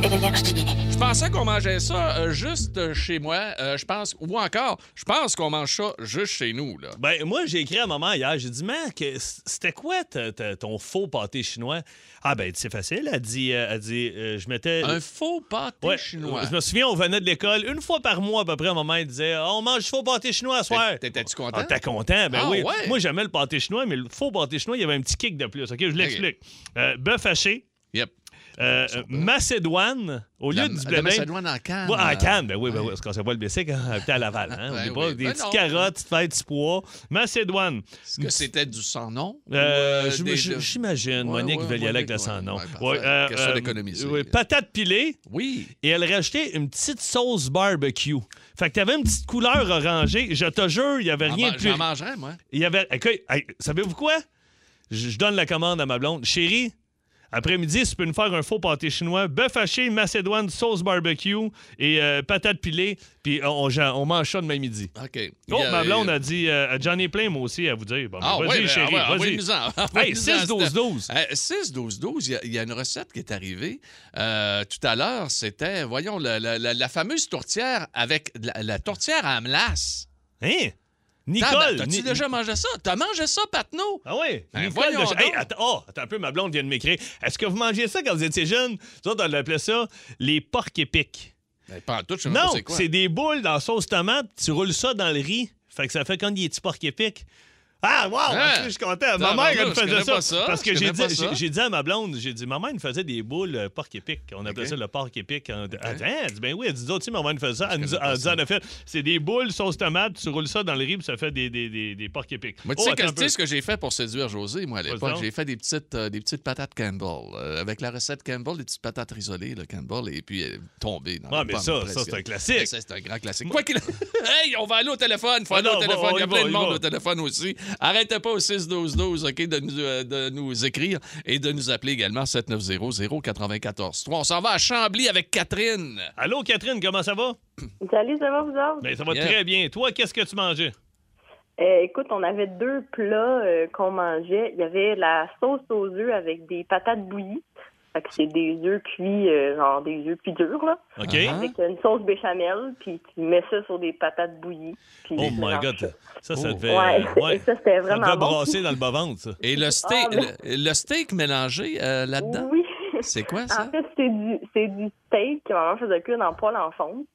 Speaker 6: Énergie.
Speaker 2: Je pensais qu'on mangeait ça euh, juste euh, chez moi. euh, je pense, ou encore, je pense qu'on mange ça juste chez nous, là.
Speaker 3: Ben, moi, j'ai écrit à maman hier, j'ai dit, man, que- c'était quoi ta- ta- ton faux pâté chinois? Ah, ben, c'est facile, elle dit, euh, elle dit euh, je mettais.
Speaker 2: Un faux pâté
Speaker 3: Ouais,
Speaker 2: chinois.
Speaker 3: Je me souviens, on venait de l'école. Une fois par mois, à peu près, maman elle disait Ah, On mange faux pâté chinois à soir.
Speaker 2: T'é- t'étais-tu content?
Speaker 3: Ah, t'es content, ben
Speaker 2: Ah,
Speaker 3: oui.
Speaker 2: ouais?
Speaker 3: Moi, j'aimais le pâté chinois, mais le faux pâté chinois, il y avait un petit kick de plus. OK, je l'explique. Euh, bœuf haché,
Speaker 2: Yep.
Speaker 3: euh, euh, Macédoine, au lieu
Speaker 2: La-
Speaker 3: du
Speaker 2: la
Speaker 3: blé d'Inde-
Speaker 2: Macédoine en canne. euh,
Speaker 3: Ouais, en canne, ben oui, ben oui, parce qu'on sait pas le BC quand on habitait à Laval. Hein,
Speaker 2: Ben
Speaker 3: oublie pas,
Speaker 2: oui,
Speaker 3: des
Speaker 2: ben
Speaker 3: petites
Speaker 2: non.
Speaker 3: carottes, petites fèves, petits pois. Macédoine.
Speaker 2: Est-ce que c'était du sans nom? ou,
Speaker 3: Euh,
Speaker 2: euh,
Speaker 3: je-
Speaker 2: des-
Speaker 3: je-
Speaker 2: de-
Speaker 3: J'imagine,
Speaker 2: Ouais,
Speaker 3: Monique
Speaker 2: ouais,
Speaker 3: veut y aller avec
Speaker 2: Monique,
Speaker 3: le sang,
Speaker 2: ouais,
Speaker 3: non? euh,
Speaker 2: ouais, parfait. Question d'économiser.
Speaker 3: oui, patate pilée.
Speaker 2: Oui.
Speaker 3: et elle rajoutait une petite sauce barbecue. Fait que t'avais une petite couleur orangée. Je te jure, il y avait rien
Speaker 2: J'en ma-
Speaker 3: de plus.
Speaker 2: Ah, ben, J'en mangerais, moi.
Speaker 3: Il y avait. Écoute, hey, savez-vous quoi? Je je donne la commande à ma blonde. Chérie, après-midi, si tu peux nous faire un faux pâté chinois, bœuf haché, macédoine, sauce barbecue et euh, patate pilée, puis on, on- on mange ça demain midi.
Speaker 2: OK.
Speaker 3: Oh,
Speaker 2: Il y a-
Speaker 3: ma blonde
Speaker 2: il y
Speaker 3: a dit, euh, j'en ai plein, moi aussi, à vous dire. Bon,
Speaker 2: Ah, oui,
Speaker 3: ben, vas-y,
Speaker 2: ben,
Speaker 3: chérie,
Speaker 2: ah ouais,
Speaker 3: vas-y.
Speaker 2: envoyez-nous-en.
Speaker 3: Hey,
Speaker 2: Envoyez-nous-en,
Speaker 3: 6-12-12.
Speaker 2: c'était- Euh, 6-12-12, il y a- il y, a une recette qui est arrivée euh, tout à l'heure. C'était, voyons, la, la- la- la fameuse tourtière avec de la, la tourtière à amelasse.
Speaker 3: Hein?
Speaker 2: Tabarnak,
Speaker 3: Nicole!
Speaker 2: T'as-tu
Speaker 3: Ni-
Speaker 2: déjà mangé ça? T'as mangé ça, Patnaud?
Speaker 3: Ah oui?
Speaker 2: Ben,
Speaker 3: Nicole
Speaker 2: voyons
Speaker 3: de Ch- Hey,
Speaker 2: donc.
Speaker 3: attends, oh, attends un peu, ma blonde vient de m'écrire. Est-ce que vous mangez ça quand vous étiez jeune? Nous autres, on appelait ça les porcs épics.
Speaker 2: Ben, pas en tout, je sais même
Speaker 3: Non,
Speaker 2: pas c'est quoi.
Speaker 3: c'est des boules dans sauce tomate, tu roules ça dans le riz. Fait que ça fait comme des petits porcs épics. Ah, wow!
Speaker 2: Hein?
Speaker 3: Je suis content. Ma
Speaker 2: Tabarnak,
Speaker 3: mère, elle
Speaker 2: je
Speaker 3: faisait
Speaker 2: connais
Speaker 3: ça,
Speaker 2: pas ça,
Speaker 3: Parce que
Speaker 2: je
Speaker 3: j'ai
Speaker 2: connais
Speaker 3: dit,
Speaker 2: pas ça.
Speaker 3: j'ai- j'ai dit à ma blonde, j'ai dit, maman, elle nous faisait des boules euh, porc épic. On appelait
Speaker 2: Ok.
Speaker 3: ça le porc épic. On- Attends, elle dit, ben oui, elle dit, d'autres, tu sais, maman, elle nous faisait ça. Elle nous
Speaker 2: connais
Speaker 3: a-
Speaker 2: pas
Speaker 3: elle disait,
Speaker 2: ça.
Speaker 3: en effet, c'est des boules sauce tomate, tu roules ça dans le riz, puis ça fait des, des, des, des porcs épics.
Speaker 2: Moi, tu
Speaker 3: Oh,
Speaker 2: sais que-
Speaker 3: attends un
Speaker 2: tu sais
Speaker 3: peu.
Speaker 2: ce que j'ai fait pour séduire José, moi, à l'époque?
Speaker 3: donc.
Speaker 2: J'ai fait des petites, euh, des petites patates Campbell. euh, avec la recette Campbell, des petites patates risolées, le Campbell, et puis euh, tomber dans
Speaker 3: Ah,
Speaker 2: la
Speaker 3: mais
Speaker 2: pomme,
Speaker 3: ça,
Speaker 2: presque.
Speaker 3: ça, c'est un classique.
Speaker 2: Mais ça, c'est un grand classique. Quoi qu'il Hey, on va aller au téléphone. Faut
Speaker 3: Ah
Speaker 2: aller
Speaker 3: non,
Speaker 2: au
Speaker 3: on va-
Speaker 2: téléphone.
Speaker 3: on
Speaker 2: Il y a
Speaker 3: y
Speaker 2: plein
Speaker 3: va,
Speaker 2: de
Speaker 3: on y
Speaker 2: monde
Speaker 3: va.
Speaker 2: au téléphone aussi. Arrêtez pas au 6-12-12, OK, de nous, euh, de nous écrire et de nous appeler également 790-094-3. On s'en va à Chambly avec Catherine.
Speaker 3: Allô, Catherine, comment ça va?
Speaker 7: Salut, ça va vous autres?
Speaker 3: Ben, ça va
Speaker 2: Yeah.
Speaker 3: très bien. Toi, qu'est-ce que tu mangeais?
Speaker 7: Euh, écoute, on avait deux plats euh, qu'on mangeait. Il y avait la sauce aux œufs avec des patates bouillies. Fait que c'est des œufs cuits, euh, genre des œufs cuits durs, là.
Speaker 3: OK?
Speaker 2: Uh-huh.
Speaker 7: Avec une sauce béchamel, puis tu mets ça sur des patates bouillies. puis
Speaker 3: Oh
Speaker 7: tu
Speaker 3: my
Speaker 7: manges ça.
Speaker 3: God. Ça, ça
Speaker 2: Oh.
Speaker 3: devait.
Speaker 7: Ouais,
Speaker 3: euh, ouais.
Speaker 7: ça, c'était
Speaker 3: Ça
Speaker 7: vraiment
Speaker 3: devait
Speaker 7: bon.
Speaker 3: brasser dans le bas-ventre, ça.
Speaker 2: Et le steak,
Speaker 7: Ah, non.
Speaker 2: le, le steak mélangé euh, là-dedans,
Speaker 7: Oui.
Speaker 2: c'est quoi ça?
Speaker 7: en fait, c'est du, c'est du steak que maman faisait cuire dans poêle en fonte,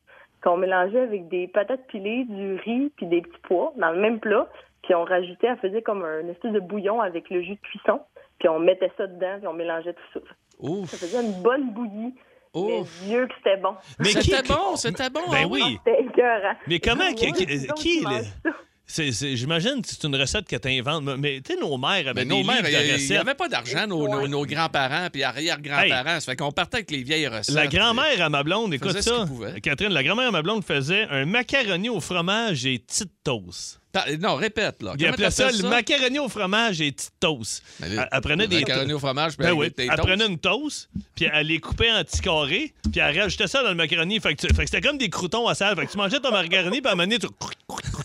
Speaker 7: qu'on mélangeait avec des patates pilées, du riz, puis des petits pois dans le même plat. Puis on rajoutait, elle faisait comme un espèce de bouillon avec le jus de cuisson. Puis on mettait ça dedans, puis on mélangeait tout ça. Ça
Speaker 2: Ouf,
Speaker 7: faisait une bonne bouillie. Mais
Speaker 2: ouf.
Speaker 7: Dieu que c'était bon.
Speaker 3: Mais qui.
Speaker 2: C'était bon, c'était bon.
Speaker 3: Ben
Speaker 2: hein?
Speaker 3: Oh. oui.
Speaker 7: C'était écœurant.
Speaker 3: Mais comment.
Speaker 7: Oui,
Speaker 3: Qui. qui-
Speaker 7: les autres,
Speaker 3: qui
Speaker 7: ils
Speaker 3: le-
Speaker 7: mangent ça.
Speaker 3: c'est- c'est- J'imagine que c'est une recette que t'inventes. mais- Mais tu sais, nos mères avaient
Speaker 2: Mais Ben, nos
Speaker 3: des
Speaker 2: mères,
Speaker 3: livres de
Speaker 2: il n'y
Speaker 3: recettes.
Speaker 2: avait pas d'argent, nos, nos- nos grands-parents puis arrière-grands-parents. Ça fait qu'on partait avec les vieilles recettes.
Speaker 3: La grand-mère à ma blonde, écoute
Speaker 2: faisait ce
Speaker 3: ça.
Speaker 2: qu'il pouvait.
Speaker 3: Catherine, la grand-mère à ma blonde faisait un macaroni au fromage et Tito's.
Speaker 2: Ta- Non, répète, là.
Speaker 3: Il
Speaker 2: Comment
Speaker 3: appelait ça
Speaker 2: t'appelles
Speaker 3: le macaroni au fromage et Tito's.
Speaker 2: Mais
Speaker 3: Elle
Speaker 2: là,
Speaker 3: elle prenait
Speaker 2: le
Speaker 3: des.
Speaker 2: macaroni au fromage, puis
Speaker 3: Ben
Speaker 2: avec
Speaker 3: oui,
Speaker 2: des
Speaker 3: elle
Speaker 2: toasts.
Speaker 3: prenait une toast, puis elle les coupait en petits carrés, puis elle rajoutait ça dans le macaroni. Fait que, tu- fait que c'était comme des croutons à sel. Fait que tu mangeais ton macaroni, puis à un moment donné, tu...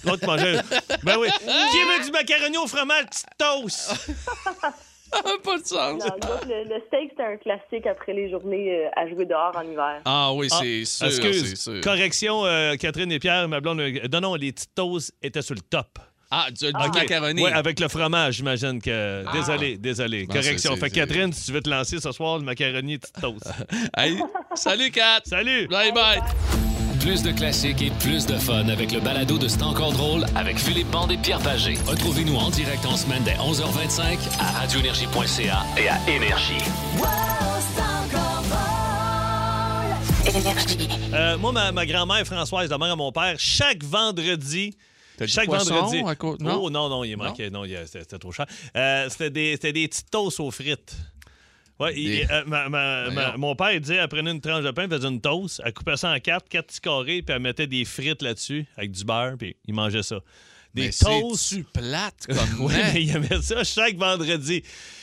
Speaker 3: Là, tu mangeais... Ben oui. Qui veut du macaroni au fromage, petite toast?
Speaker 2: pas de sens.
Speaker 3: Ah.
Speaker 7: Non, donc, le, le steak, c'était un classique après les journées euh, à jouer dehors en hiver.
Speaker 2: Ah oui,
Speaker 3: Ah,
Speaker 2: c'est sûr, c'est
Speaker 3: Excuse,
Speaker 2: sûr.
Speaker 3: correction, euh, Catherine et Pierre, ma blonde... euh, Non, non, les petites toasts étaient sur le top.
Speaker 2: Ah, du, du
Speaker 3: OK.
Speaker 2: macaroni. Ah.
Speaker 3: Ouais, avec le fromage, j'imagine que... Désolé, désolé.
Speaker 2: Bon,
Speaker 3: correction.
Speaker 2: c'est-
Speaker 3: Fait que
Speaker 2: c'est-
Speaker 3: Catherine, si tu veux te lancer ce soir, le macaroni, petite toast.
Speaker 2: Hey, salut, Kat.
Speaker 3: Salut!
Speaker 2: Bye-bye.
Speaker 1: Plus de classiques et plus de fun avec le balado de C'est encore drôle avec Philippe Bande et Pierre Pagé. Retrouvez-nous en direct en semaine dès 11h25 à radioénergie.ca et à Énergie.
Speaker 3: Euh, moi, ma, ma grand-mère Françoise, la mère à mon père, chaque vendredi.
Speaker 2: T'as dit
Speaker 3: chaque
Speaker 2: poisson
Speaker 3: vendredi.
Speaker 2: à cause- non?
Speaker 3: Oh, non, non, il manquait. Non, il y a- c'était c'était trop cher. Euh, c'était des, c'était des petites toasts aux frites. Ouais, il-
Speaker 2: Des-
Speaker 3: euh, ma- ma- ma-
Speaker 2: Voyons.
Speaker 3: mon père, il disait, elle prenait une tranche de pain, elle faisait une toast, elle coupait ça en quatre, quatre petits carrés, puis elle mettait des frites là-dessus, avec du beurre, puis il mangeait ça. Des
Speaker 2: Mais
Speaker 3: toasts.
Speaker 2: C'est-tu plate comme
Speaker 3: Oui,
Speaker 2: mec?
Speaker 3: mais il aimait ça chaque vendredi.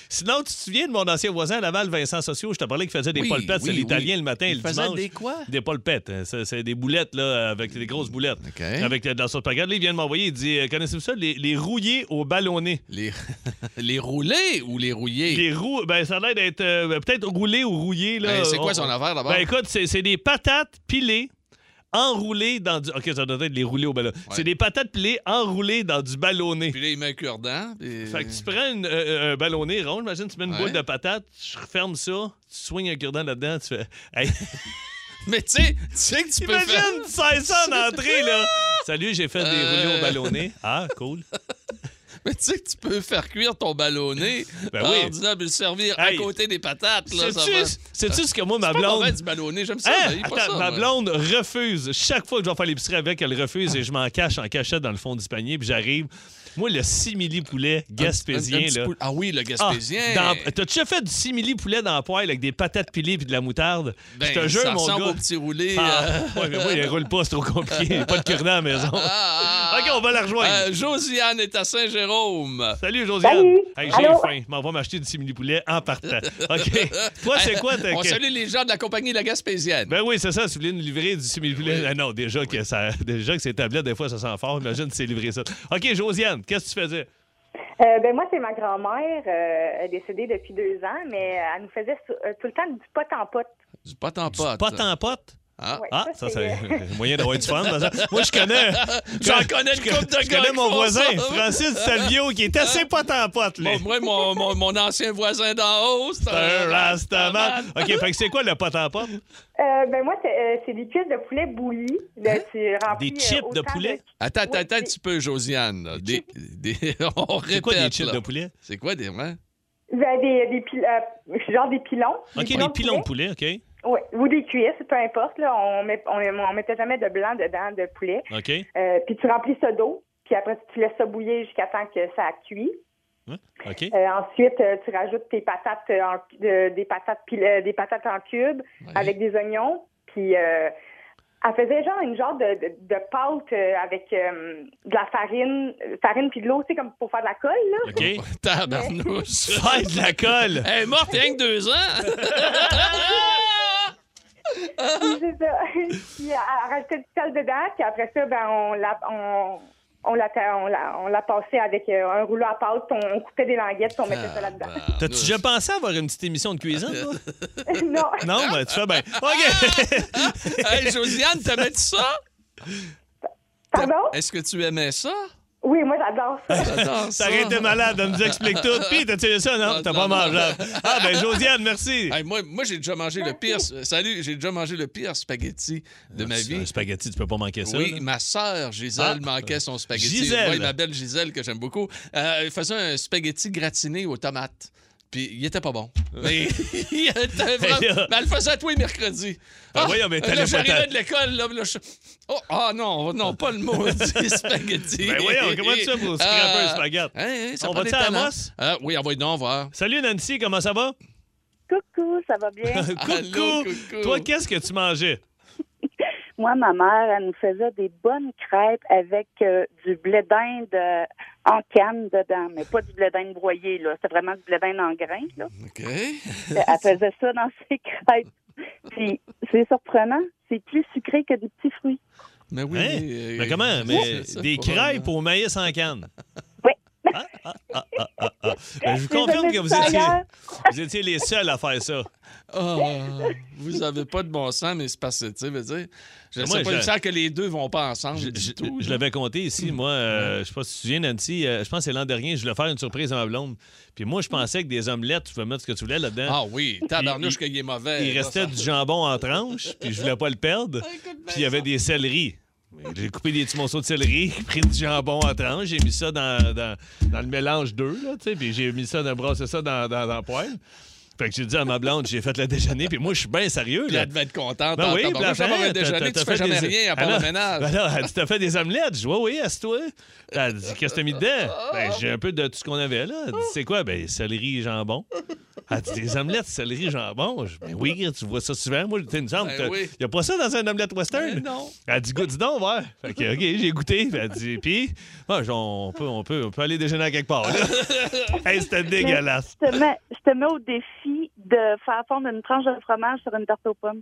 Speaker 3: Sinon, tu te souviens de mon ancien voisin à Laval, Vincent Socio, je te parlais qu'il faisait des
Speaker 2: Oui,
Speaker 3: polpettes, c'est
Speaker 2: oui,
Speaker 3: l'italien
Speaker 2: oui.
Speaker 3: le matin et
Speaker 2: Il
Speaker 3: le
Speaker 2: faisait
Speaker 3: dimanche.
Speaker 2: des quoi?
Speaker 3: Des polpettes. hein. C'est, c'est des boulettes, là, avec des grosses boulettes.
Speaker 2: OK.
Speaker 3: Avec euh, de la sauce pagarde. Là, il vient de m'envoyer, il dit euh, Connaissez-vous ça les, les rouillés au ballonné
Speaker 2: Les... les roulés ou les rouillés?
Speaker 3: Les roues, ben, ça a l'air d'être euh, ben, peut-être roulé ou rouillé. Là,
Speaker 2: Ben, c'est quoi
Speaker 3: On-
Speaker 2: son affaire d'abord?
Speaker 3: Ben, écoute, c'est, c'est des patates pilées. Enroulées dans du. Ok, ça doit être les roulés au ballon. C'est des patates pilées enroulées dans du ballonné.
Speaker 2: Puis là, il met un cure-dent. puis-
Speaker 3: Fait que tu prends une, euh, un ballonnet rond, j'imagine, tu mets une
Speaker 2: Ouais.
Speaker 3: boule de patate, tu refermes ça, tu soignes un cure-dent là-dedans, tu fais. Hey,
Speaker 2: Mais tu sais, tu sais que tu peux faire...
Speaker 3: imagine, tu sais ça en entrée, là! Salut, j'ai fait des
Speaker 2: Euh.
Speaker 3: roulés au ballonnet. Ah, cool.
Speaker 2: Mais tu sais que tu peux faire cuire ton ballonné
Speaker 3: Ben
Speaker 2: en
Speaker 3: oui.
Speaker 2: disant de le servir
Speaker 3: Hey.
Speaker 2: à côté des patates. Là, ça va.
Speaker 3: Sais-tu sais-tu ce que moi, ma
Speaker 2: Pas
Speaker 3: blonde.
Speaker 2: mauvais du ballonné, j'aime ça.
Speaker 3: Hein?
Speaker 2: mais il est pas
Speaker 3: Attends,
Speaker 2: ça,
Speaker 3: ma
Speaker 2: moi.
Speaker 3: blonde refuse. Chaque fois que je vais faire l'épicerie avec, elle refuse et je m'en cache en cachette dans le fond du panier, puis j'arrive. Moi, le simili-poulet
Speaker 2: Un- un- un
Speaker 3: gaspésien,
Speaker 2: petit
Speaker 3: là.
Speaker 2: pou- Ah oui, le
Speaker 3: Ah,
Speaker 2: gaspésien.
Speaker 3: dans- T'as-tu déjà fait du simili poulet dans la poêle avec des patates pilées et de la moutarde?
Speaker 2: Ben,
Speaker 3: Je te jure,
Speaker 2: ça
Speaker 3: mon
Speaker 2: ressemble
Speaker 3: gars.
Speaker 2: au petit roulé.
Speaker 3: Ah,
Speaker 2: euh,
Speaker 3: ouais, mais moi, il roule pas, c'est trop compliqué. Il n'y a pas de cure à la maison.
Speaker 2: ah,
Speaker 3: OK, on va la rejoindre.
Speaker 2: euh, Josiane est à Saint-Jérôme.
Speaker 3: Salut, Josiane.
Speaker 7: Salut.
Speaker 3: Hey, j'ai
Speaker 7: Allô?
Speaker 3: faim. M'en va m'acheter du simili poulet en partant. OK. Toi, c'est quoi ta.
Speaker 2: On
Speaker 3: que-
Speaker 2: salue les gens de la compagnie La Gaspésienne.
Speaker 3: Ben oui, c'est ça, si vous voulez nous livrer du simili poulet. Ah non, déjà que, ça, déjà que ces tablettes, des fois, ça sent fort. Imagine si c'est livré ça. OK, Josiane, qu'est-ce que tu faisais?
Speaker 7: Euh, ben moi, c'est ma grand-mère, euh, elle est décédée depuis deux ans, mais elle nous faisait sou- euh, tout le temps du pot en pot.
Speaker 2: Du pot en pot.
Speaker 3: Pas en pote?
Speaker 2: Ah.
Speaker 7: Ouais,
Speaker 3: Ah, ça,
Speaker 7: c'est,
Speaker 3: c'est
Speaker 7: euh,
Speaker 3: un moyen d'avoir du fun. par exemple. Moi, je connais.
Speaker 2: J'en connais une
Speaker 3: je-
Speaker 2: couple de
Speaker 3: Je
Speaker 2: gars
Speaker 3: connais
Speaker 2: qui
Speaker 3: mon
Speaker 2: font
Speaker 3: voisin,
Speaker 2: ça.
Speaker 3: Francis Salvio, qui est assez pote en pote, lui.
Speaker 2: Bon, moi, mon, mon- mon ancien voisin d'en haut, c'est
Speaker 3: Un
Speaker 2: un
Speaker 3: rastaman.
Speaker 2: rastaman.
Speaker 3: OK, fait que c'est quoi le pote en pote?
Speaker 7: Euh, ben moi, c'est, euh, c'est des cuisses de poulet bouillies. De, tu remplis,
Speaker 3: Hein? Des chips
Speaker 7: euh,
Speaker 3: de
Speaker 7: autant
Speaker 3: poulet?
Speaker 2: Attends, attends,
Speaker 7: Ouais,
Speaker 2: attends un
Speaker 7: c'est-
Speaker 2: petit peu, Josiane. là. Des, des- on répète.
Speaker 3: C'est quoi des chips
Speaker 2: là.
Speaker 3: de poulet?
Speaker 2: C'est quoi des vrais?
Speaker 7: Ben, des, des pil- euh, genre des pilons.
Speaker 3: OK, des pilons de poulet, OK.
Speaker 7: Ouais, ou des cuisses, peu importe. Là, on met, on, on mettait jamais de blanc dedans de poulet.
Speaker 3: OK.
Speaker 7: Euh, puis tu remplis ça d'eau, puis après, tu laisses ça bouillir jusqu'à temps que ça cuit.
Speaker 3: Hein? OK.
Speaker 7: Euh, ensuite, euh, tu rajoutes tes patates euh, en, de- des patates pil- euh, des patates en cubes
Speaker 2: Ouais.
Speaker 7: avec des oignons. Puis euh, elle faisait genre une genre de, de, de pâte euh, avec euh, de la farine, euh, farine puis de l'eau, tu sais, comme pour faire de la colle là.
Speaker 3: OK.
Speaker 2: Tabarnouche.
Speaker 3: Ah, de la colle.
Speaker 2: Elle est morte il y a rien que deux ans.
Speaker 7: Puis c'est ça. puis elle elle rajoutait du sel dedans. Puis après ça, ben on la on
Speaker 8: on la, on la, on la passait avec euh, un rouleau à pâte, on, on coupait des languettes, puis on mettait
Speaker 9: Ah,
Speaker 8: ça là-dedans.
Speaker 2: Ah,
Speaker 3: T'as-tu déjà pensé avoir une petite émission de cuisine, toi?
Speaker 8: non.
Speaker 3: Non, ben, tu fais bien.
Speaker 2: Ah,
Speaker 3: OK!
Speaker 2: hey, Josiane, t'aimais-tu ça?
Speaker 8: Pardon?
Speaker 2: Est-ce que tu aimais ça?
Speaker 8: Oui, moi, j'adore ça.
Speaker 2: J'adore
Speaker 3: Ça aurait été malade, elle nous explique tout. Puis, t'as-tu eu ça? Non,
Speaker 2: Non,
Speaker 3: t'as
Speaker 2: non,
Speaker 3: pas
Speaker 2: non.
Speaker 3: mangeable. Ah, ben, Josiane, merci.
Speaker 2: Hey, moi, moi j'ai déjà mangé le pire. euh, Salut, j'ai déjà mangé le pire spaghetti de ma
Speaker 3: Un
Speaker 2: vie.
Speaker 3: spaghetti, tu peux pas manquer ça.
Speaker 2: Oui,
Speaker 3: là.
Speaker 2: ma sœur Gisèle
Speaker 3: Ah.
Speaker 2: manquait son spaghetti.
Speaker 3: Gisèle.
Speaker 2: Oui, ma belle Gisèle que j'aime beaucoup. Euh, elle faisait un spaghetti gratiné aux tomates. Puis il était pas bon. Mais il était vraiment-
Speaker 3: Mais Ben, là-
Speaker 2: Mais elle le faisait à tous les mercredis. Ah,
Speaker 3: Ben voyons, mais t'allais
Speaker 2: là,
Speaker 3: pas
Speaker 2: j'arrivais
Speaker 3: t'en-
Speaker 2: de l'école. Là, là, je- Oh, ah non, non, pas le mot spaghetti.
Speaker 3: Ben voyons, comment tu fais pour scraper un spaghetti?
Speaker 2: hein, hein, ça
Speaker 3: On
Speaker 2: prend
Speaker 3: va-tu
Speaker 2: des
Speaker 3: à
Speaker 2: talents.
Speaker 3: Amos?
Speaker 2: Ah, oui, on va y non, on va.
Speaker 3: Salut, Nancy, comment ça va?
Speaker 9: Coucou, ça va bien?
Speaker 2: Allô, coucou.
Speaker 3: Toi, qu'est-ce que tu mangeais?
Speaker 9: Moi, ma mère, elle nous faisait des bonnes crêpes avec euh, du blé d'Inde euh, en canne dedans, mais pas du blé d'Inde broyé, là. C'était vraiment du blé d'Inde en grains, là.
Speaker 2: OK.
Speaker 9: Elle faisait ça dans ses crêpes. Puis, c'est surprenant, c'est plus sucré que des petits fruits.
Speaker 2: Mais oui.
Speaker 3: Hein?
Speaker 2: euh,
Speaker 3: Mais comment? Mais
Speaker 2: c'est ça,
Speaker 3: des
Speaker 2: pour-
Speaker 3: crêpes au maïs en canne.
Speaker 9: Oui.
Speaker 3: Ah, ah, ah, ah, ah, ah. Ben, je vous
Speaker 9: J'ai
Speaker 3: confirme
Speaker 9: jamais
Speaker 3: que
Speaker 9: vu
Speaker 3: vous
Speaker 9: ça
Speaker 3: étiez,
Speaker 9: ailleurs.
Speaker 3: vous étiez les seuls à faire ça.
Speaker 2: Ah, vous avez pas de bon sens, mais c'est parce que, tu sais, veux dire, je
Speaker 3: Moi,
Speaker 2: sais pas,
Speaker 3: je-
Speaker 2: il me semble que les deux vont pas ensemble
Speaker 3: Je,
Speaker 2: du
Speaker 3: je-
Speaker 2: Ah, tout.
Speaker 3: je
Speaker 2: là.
Speaker 3: l'avais compté ici, moi, euh, je sais pas si tu te souviens, Nancy, euh, je pense que c'est l'an dernier, je voulais faire une surprise à ma blonde. Puis moi, je pensais que des omelettes, tu pouvais mettre ce que tu voulais là-dedans.
Speaker 2: Ah oui, tabarnouche qu'il est mauvais.
Speaker 3: Il
Speaker 2: là,
Speaker 3: restait
Speaker 2: ça.
Speaker 3: du jambon en tranches, puis je voulais pas le perdre. Puis il y avait des céleris. J'ai coupé des petits morceaux de céleri, pris du jambon en tranches, j'ai mis ça dans, dans, dans le mélange d'eux, là, tu sais, puis j'ai mis ça, dans, brassé ça dans, dans, dans la poêle. Fait que j'ai dit à ma blonde, j'ai fait le déjeuner, puis moi, je suis bien sérieux,
Speaker 2: Puis
Speaker 3: là.
Speaker 2: Elle devait être contente.
Speaker 3: Ben
Speaker 2: en
Speaker 3: oui, puis
Speaker 2: tabarnouche,
Speaker 3: la
Speaker 2: avant
Speaker 3: fin,
Speaker 2: de déjeuner, tu fais jamais rien à part le ménage.
Speaker 3: Ben là, elle dit, t'as fait des omelettes. Je dis, oui, oui, assieds-toi. Elle a dit, qu'est-ce que t'as mis dedans? Ben, j'ai un peu de tout ce qu'on avait là. Elle dit, c'est quoi? Ben, céleri et jambon. Elle dit, des omelettes, céleri, jambon. Je dis, ben oui, tu vois ça souvent. Moi, j'étais une jambe.
Speaker 2: Ben
Speaker 3: t'as-
Speaker 2: oui.
Speaker 3: Y a pas ça dans un omelette western?
Speaker 2: Ben non.
Speaker 3: Elle dit, goûte dis donc, ouais. Fait que, OK, j'ai goûté. Puis Elle dit, puis, ah, j'en- on, peut, on, peut, on peut aller déjeuner à quelque part. là. hey, c'était dégueulasse.
Speaker 9: Je te, mets, je te mets au défi de faire fondre une tranche de fromage sur une tarte aux pommes.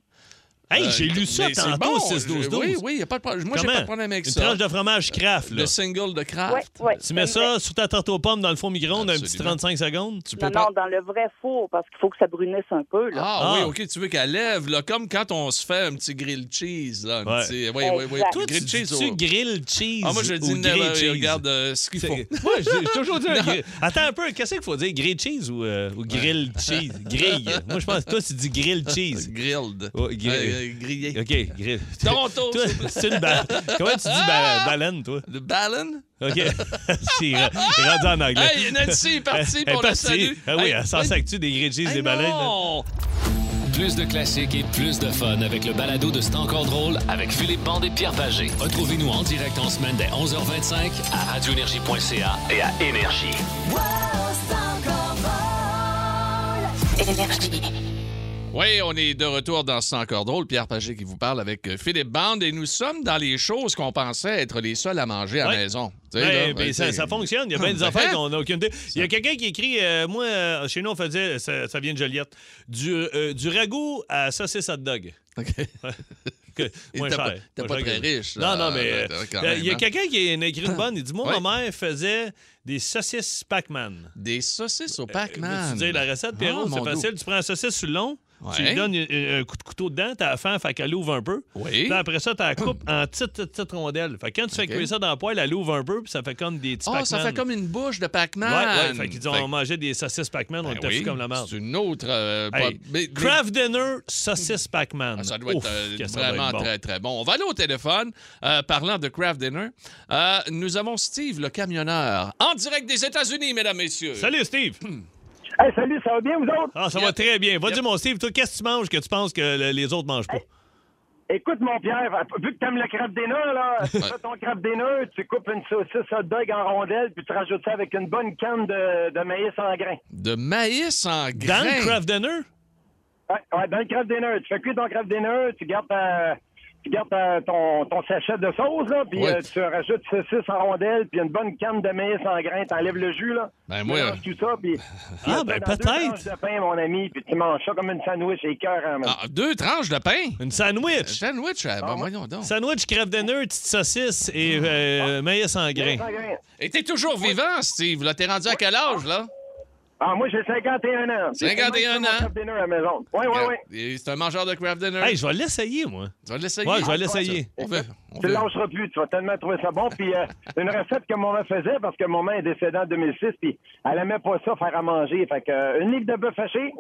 Speaker 3: Hey,
Speaker 2: Euh,
Speaker 3: j'ai lu ça
Speaker 2: mais c'est
Speaker 3: tantôt,
Speaker 2: bon, euh,
Speaker 3: 6-12-12.
Speaker 2: Oui, oui, y a pas de problème. Moi, j'ai
Speaker 3: Comment?
Speaker 2: pas de problème avec
Speaker 3: Une
Speaker 2: ça.
Speaker 3: tranche de fromage craft, là.
Speaker 2: Le single de
Speaker 9: Oui,
Speaker 2: Kraft.
Speaker 9: oui.
Speaker 3: Tu mets ça sur ta tarte aux pommes dans le four micro-ondes un petit
Speaker 2: Absolument.
Speaker 3: 35 secondes.
Speaker 2: Tu peux
Speaker 9: Non,
Speaker 2: pas.
Speaker 9: non, dans le vrai four, parce qu'il faut que ça brunisse un peu, là.
Speaker 2: Ah, oui,
Speaker 3: Ah.
Speaker 2: OK, tu veux qu'elle lève, là, comme quand on se fait un petit grilled cheese, là. un
Speaker 3: Ouais.
Speaker 2: petit- Oui, oui, oui.
Speaker 9: Exact.
Speaker 3: Toi, tu
Speaker 2: grilled cheese
Speaker 3: dis-tu
Speaker 2: au-
Speaker 3: grill cheese
Speaker 2: Ah, moi, je dis
Speaker 3: ou
Speaker 2: never,
Speaker 3: grilled cheese?
Speaker 2: regarde euh, ce qu'il
Speaker 3: C'est-
Speaker 2: faut.
Speaker 3: Moi, j'ai j'ai toujours dit un grill. Attends un peu, qu'est-ce qu'il faut dire? Grill cheese ou, euh, ou grill cheese? Grille. Moi, je pense que toi, tu dis grill cheese.
Speaker 2: Grilled.
Speaker 3: Oh, grill-
Speaker 2: Euh, euh, grillé.
Speaker 3: OK, grill.
Speaker 2: Toronto,
Speaker 3: Toi,
Speaker 2: s'il vous plaît.
Speaker 3: c'est une ba- Comment tu dis ba-
Speaker 2: Ah!
Speaker 3: baleine, toi?
Speaker 2: Le ballon?
Speaker 3: OK. C'est ra- c'est rendu en anglais.
Speaker 2: Hey, Nancy est partie,
Speaker 3: Elle est
Speaker 2: pour le
Speaker 3: partie.
Speaker 2: salut.
Speaker 3: Ah oui,
Speaker 2: Hey,
Speaker 3: elle s'en
Speaker 2: hey,
Speaker 3: sac-tu des grill cheese,
Speaker 2: hey,
Speaker 3: des baleines? là?
Speaker 2: non!
Speaker 1: Plus de classiques et plus de fun avec le balado de C'est encore drôle avec Philippe Bande et Pierre Pagé. Retrouvez-nous en direct en semaine dès 11h25 à radioénergie.ca et à Énergie.
Speaker 2: Oui, on est de retour dans C'est encore drôle. Pierre Pagé qui vous parle avec euh, Philippe Bande et nous sommes dans les choses qu'on pensait être les seuls à manger à la
Speaker 3: Ouais.
Speaker 2: maison. Tu sais,
Speaker 3: Ouais,
Speaker 2: là,
Speaker 3: ben,
Speaker 2: tu
Speaker 3: ça,
Speaker 2: sais.
Speaker 3: ça fonctionne. Il y a bien des
Speaker 2: Ben,
Speaker 3: affaires qu'on n'a aucune idée. Il y a quelqu'un qui écrit euh, Moi, euh, chez nous, on faisait, ça, ça vient de Joliette, du, euh, du ragoût à saucisse hot dog.
Speaker 2: OK.
Speaker 3: Que-
Speaker 2: Et
Speaker 3: moins
Speaker 2: t'es pas-
Speaker 3: cher.
Speaker 2: t'es
Speaker 3: Moins
Speaker 2: pas
Speaker 3: cher
Speaker 2: très
Speaker 3: que-
Speaker 2: riche, là,
Speaker 3: Non, non, mais euh,
Speaker 2: euh, quand
Speaker 3: euh, il y a
Speaker 2: même,
Speaker 3: quelqu'un qui a une- écrit une bonne. Il dit Moi,
Speaker 2: Ouais.
Speaker 3: ma mère faisait des saucisses Pac-Man.
Speaker 2: Des saucisses au
Speaker 3: Euh,
Speaker 2: Pac-Man.
Speaker 3: Tu dis la recette,
Speaker 2: Ah,
Speaker 3: Pierrot,
Speaker 2: mon
Speaker 3: c'est
Speaker 2: doux.
Speaker 3: facile. Tu prends la saucisse sur le long, tu
Speaker 2: Ouais.
Speaker 3: lui donnes euh, un coup de couteau dedans, t'as faim, fait qu'elle ouvre un peu.
Speaker 2: Oui.
Speaker 3: Puis après ça, tu la coupes en petites, petites, petites rondelles. Fait que quand tu fais
Speaker 2: OK.
Speaker 3: cuire ça dans le poêle, elle ouvre un peu, puis ça fait comme des petits
Speaker 2: Oh, ça
Speaker 3: Pac-Man.
Speaker 2: fait comme une bouche de Pac-Man.
Speaker 3: Ouais, ouais, fait qu'ils ont
Speaker 2: Fait que-
Speaker 3: on mangeait des saucisses Pac-Man, on
Speaker 2: Ben
Speaker 3: était
Speaker 2: oui,
Speaker 3: fous comme la merde.
Speaker 2: C'est une autre. euh, pas-
Speaker 3: Hey,
Speaker 2: mais- mais-
Speaker 3: Kraft Dinner, saucisse Pac-Man.
Speaker 2: Ah, Ça doit être
Speaker 3: Ouf,
Speaker 2: euh,
Speaker 3: que ça doit
Speaker 2: vraiment
Speaker 3: être bon.
Speaker 2: très, très bon. On va aller au téléphone. Euh, parlant de Kraft Dinner, euh, nous avons Steve, le camionneur, en direct des États-Unis, mesdames, messieurs.
Speaker 3: Salut, Steve!
Speaker 5: Ah. Hey, salut, ça va bien, vous autres?
Speaker 3: Ah, ça
Speaker 2: Yep.
Speaker 3: va très bien. Va
Speaker 2: Yep.
Speaker 3: dire, mon Steve, toi, qu'est-ce que tu manges que tu penses que le- les autres mangent pas?
Speaker 5: Écoute, mon Pierre, vu que t'aimes le crabe des nœuds, là, tu fais ton crabe des nœuds, tu coupes une saucisse hot dog en rondelles, puis tu rajoutes ça avec une bonne canne de, de maïs en grains.
Speaker 2: De maïs en grains.
Speaker 3: Dans le Kraft Dinner? Ah,
Speaker 5: Ouais, ouais, dans le crabe des nœuds. Tu fais cuire ton crabe des nœuds, tu gardes ta, tu gardes ta- ton, ton sachet de sauce, là, puis
Speaker 2: Oui.
Speaker 5: euh, tu rajoutes saucisse en rondelle, puis une bonne canne de maïs en grain, t'enlèves le jus, là.
Speaker 2: Ben,
Speaker 5: Tu
Speaker 2: moi,
Speaker 5: mélanges tout ça, puis...
Speaker 3: Ah,
Speaker 5: Dans
Speaker 3: ben,
Speaker 5: deux
Speaker 3: peut-être.
Speaker 5: tranches de pain, mon ami, puis tu manges ça comme une sandwich et cœur, hein, man.
Speaker 2: Ah, deux tranches de pain?
Speaker 3: Une
Speaker 2: Un
Speaker 3: sandwich.
Speaker 2: Sandwich, ah, ben, voyons donc.
Speaker 3: Sandwich, crève de nœud, petite saucisse et euh, maïs en grain.
Speaker 5: Ah. En grain.
Speaker 2: Et t'es toujours vivant, Steve. Là, t'es rendu à quel âge, là?
Speaker 5: Ah, moi, j'ai 51 ans.
Speaker 2: 51 ans.
Speaker 5: J'ai dinner à la maison. Oui, oui, oui.
Speaker 2: Et C'est un mangeur de craft dinner.
Speaker 3: Hey, je vais l'essayer, moi. Ah,
Speaker 2: tu vas l'essayer.
Speaker 3: Ouais, je vais l'essayer.
Speaker 2: On veut. On
Speaker 5: Tu
Speaker 2: veut.
Speaker 5: ne lâcheras plus, tu vas tellement trouver ça bon. Puis euh, une recette que maman faisait, parce que maman est décédée en 2006, puis elle aimait pas ça faire à manger. Fait que euh, une livre de bœuf haché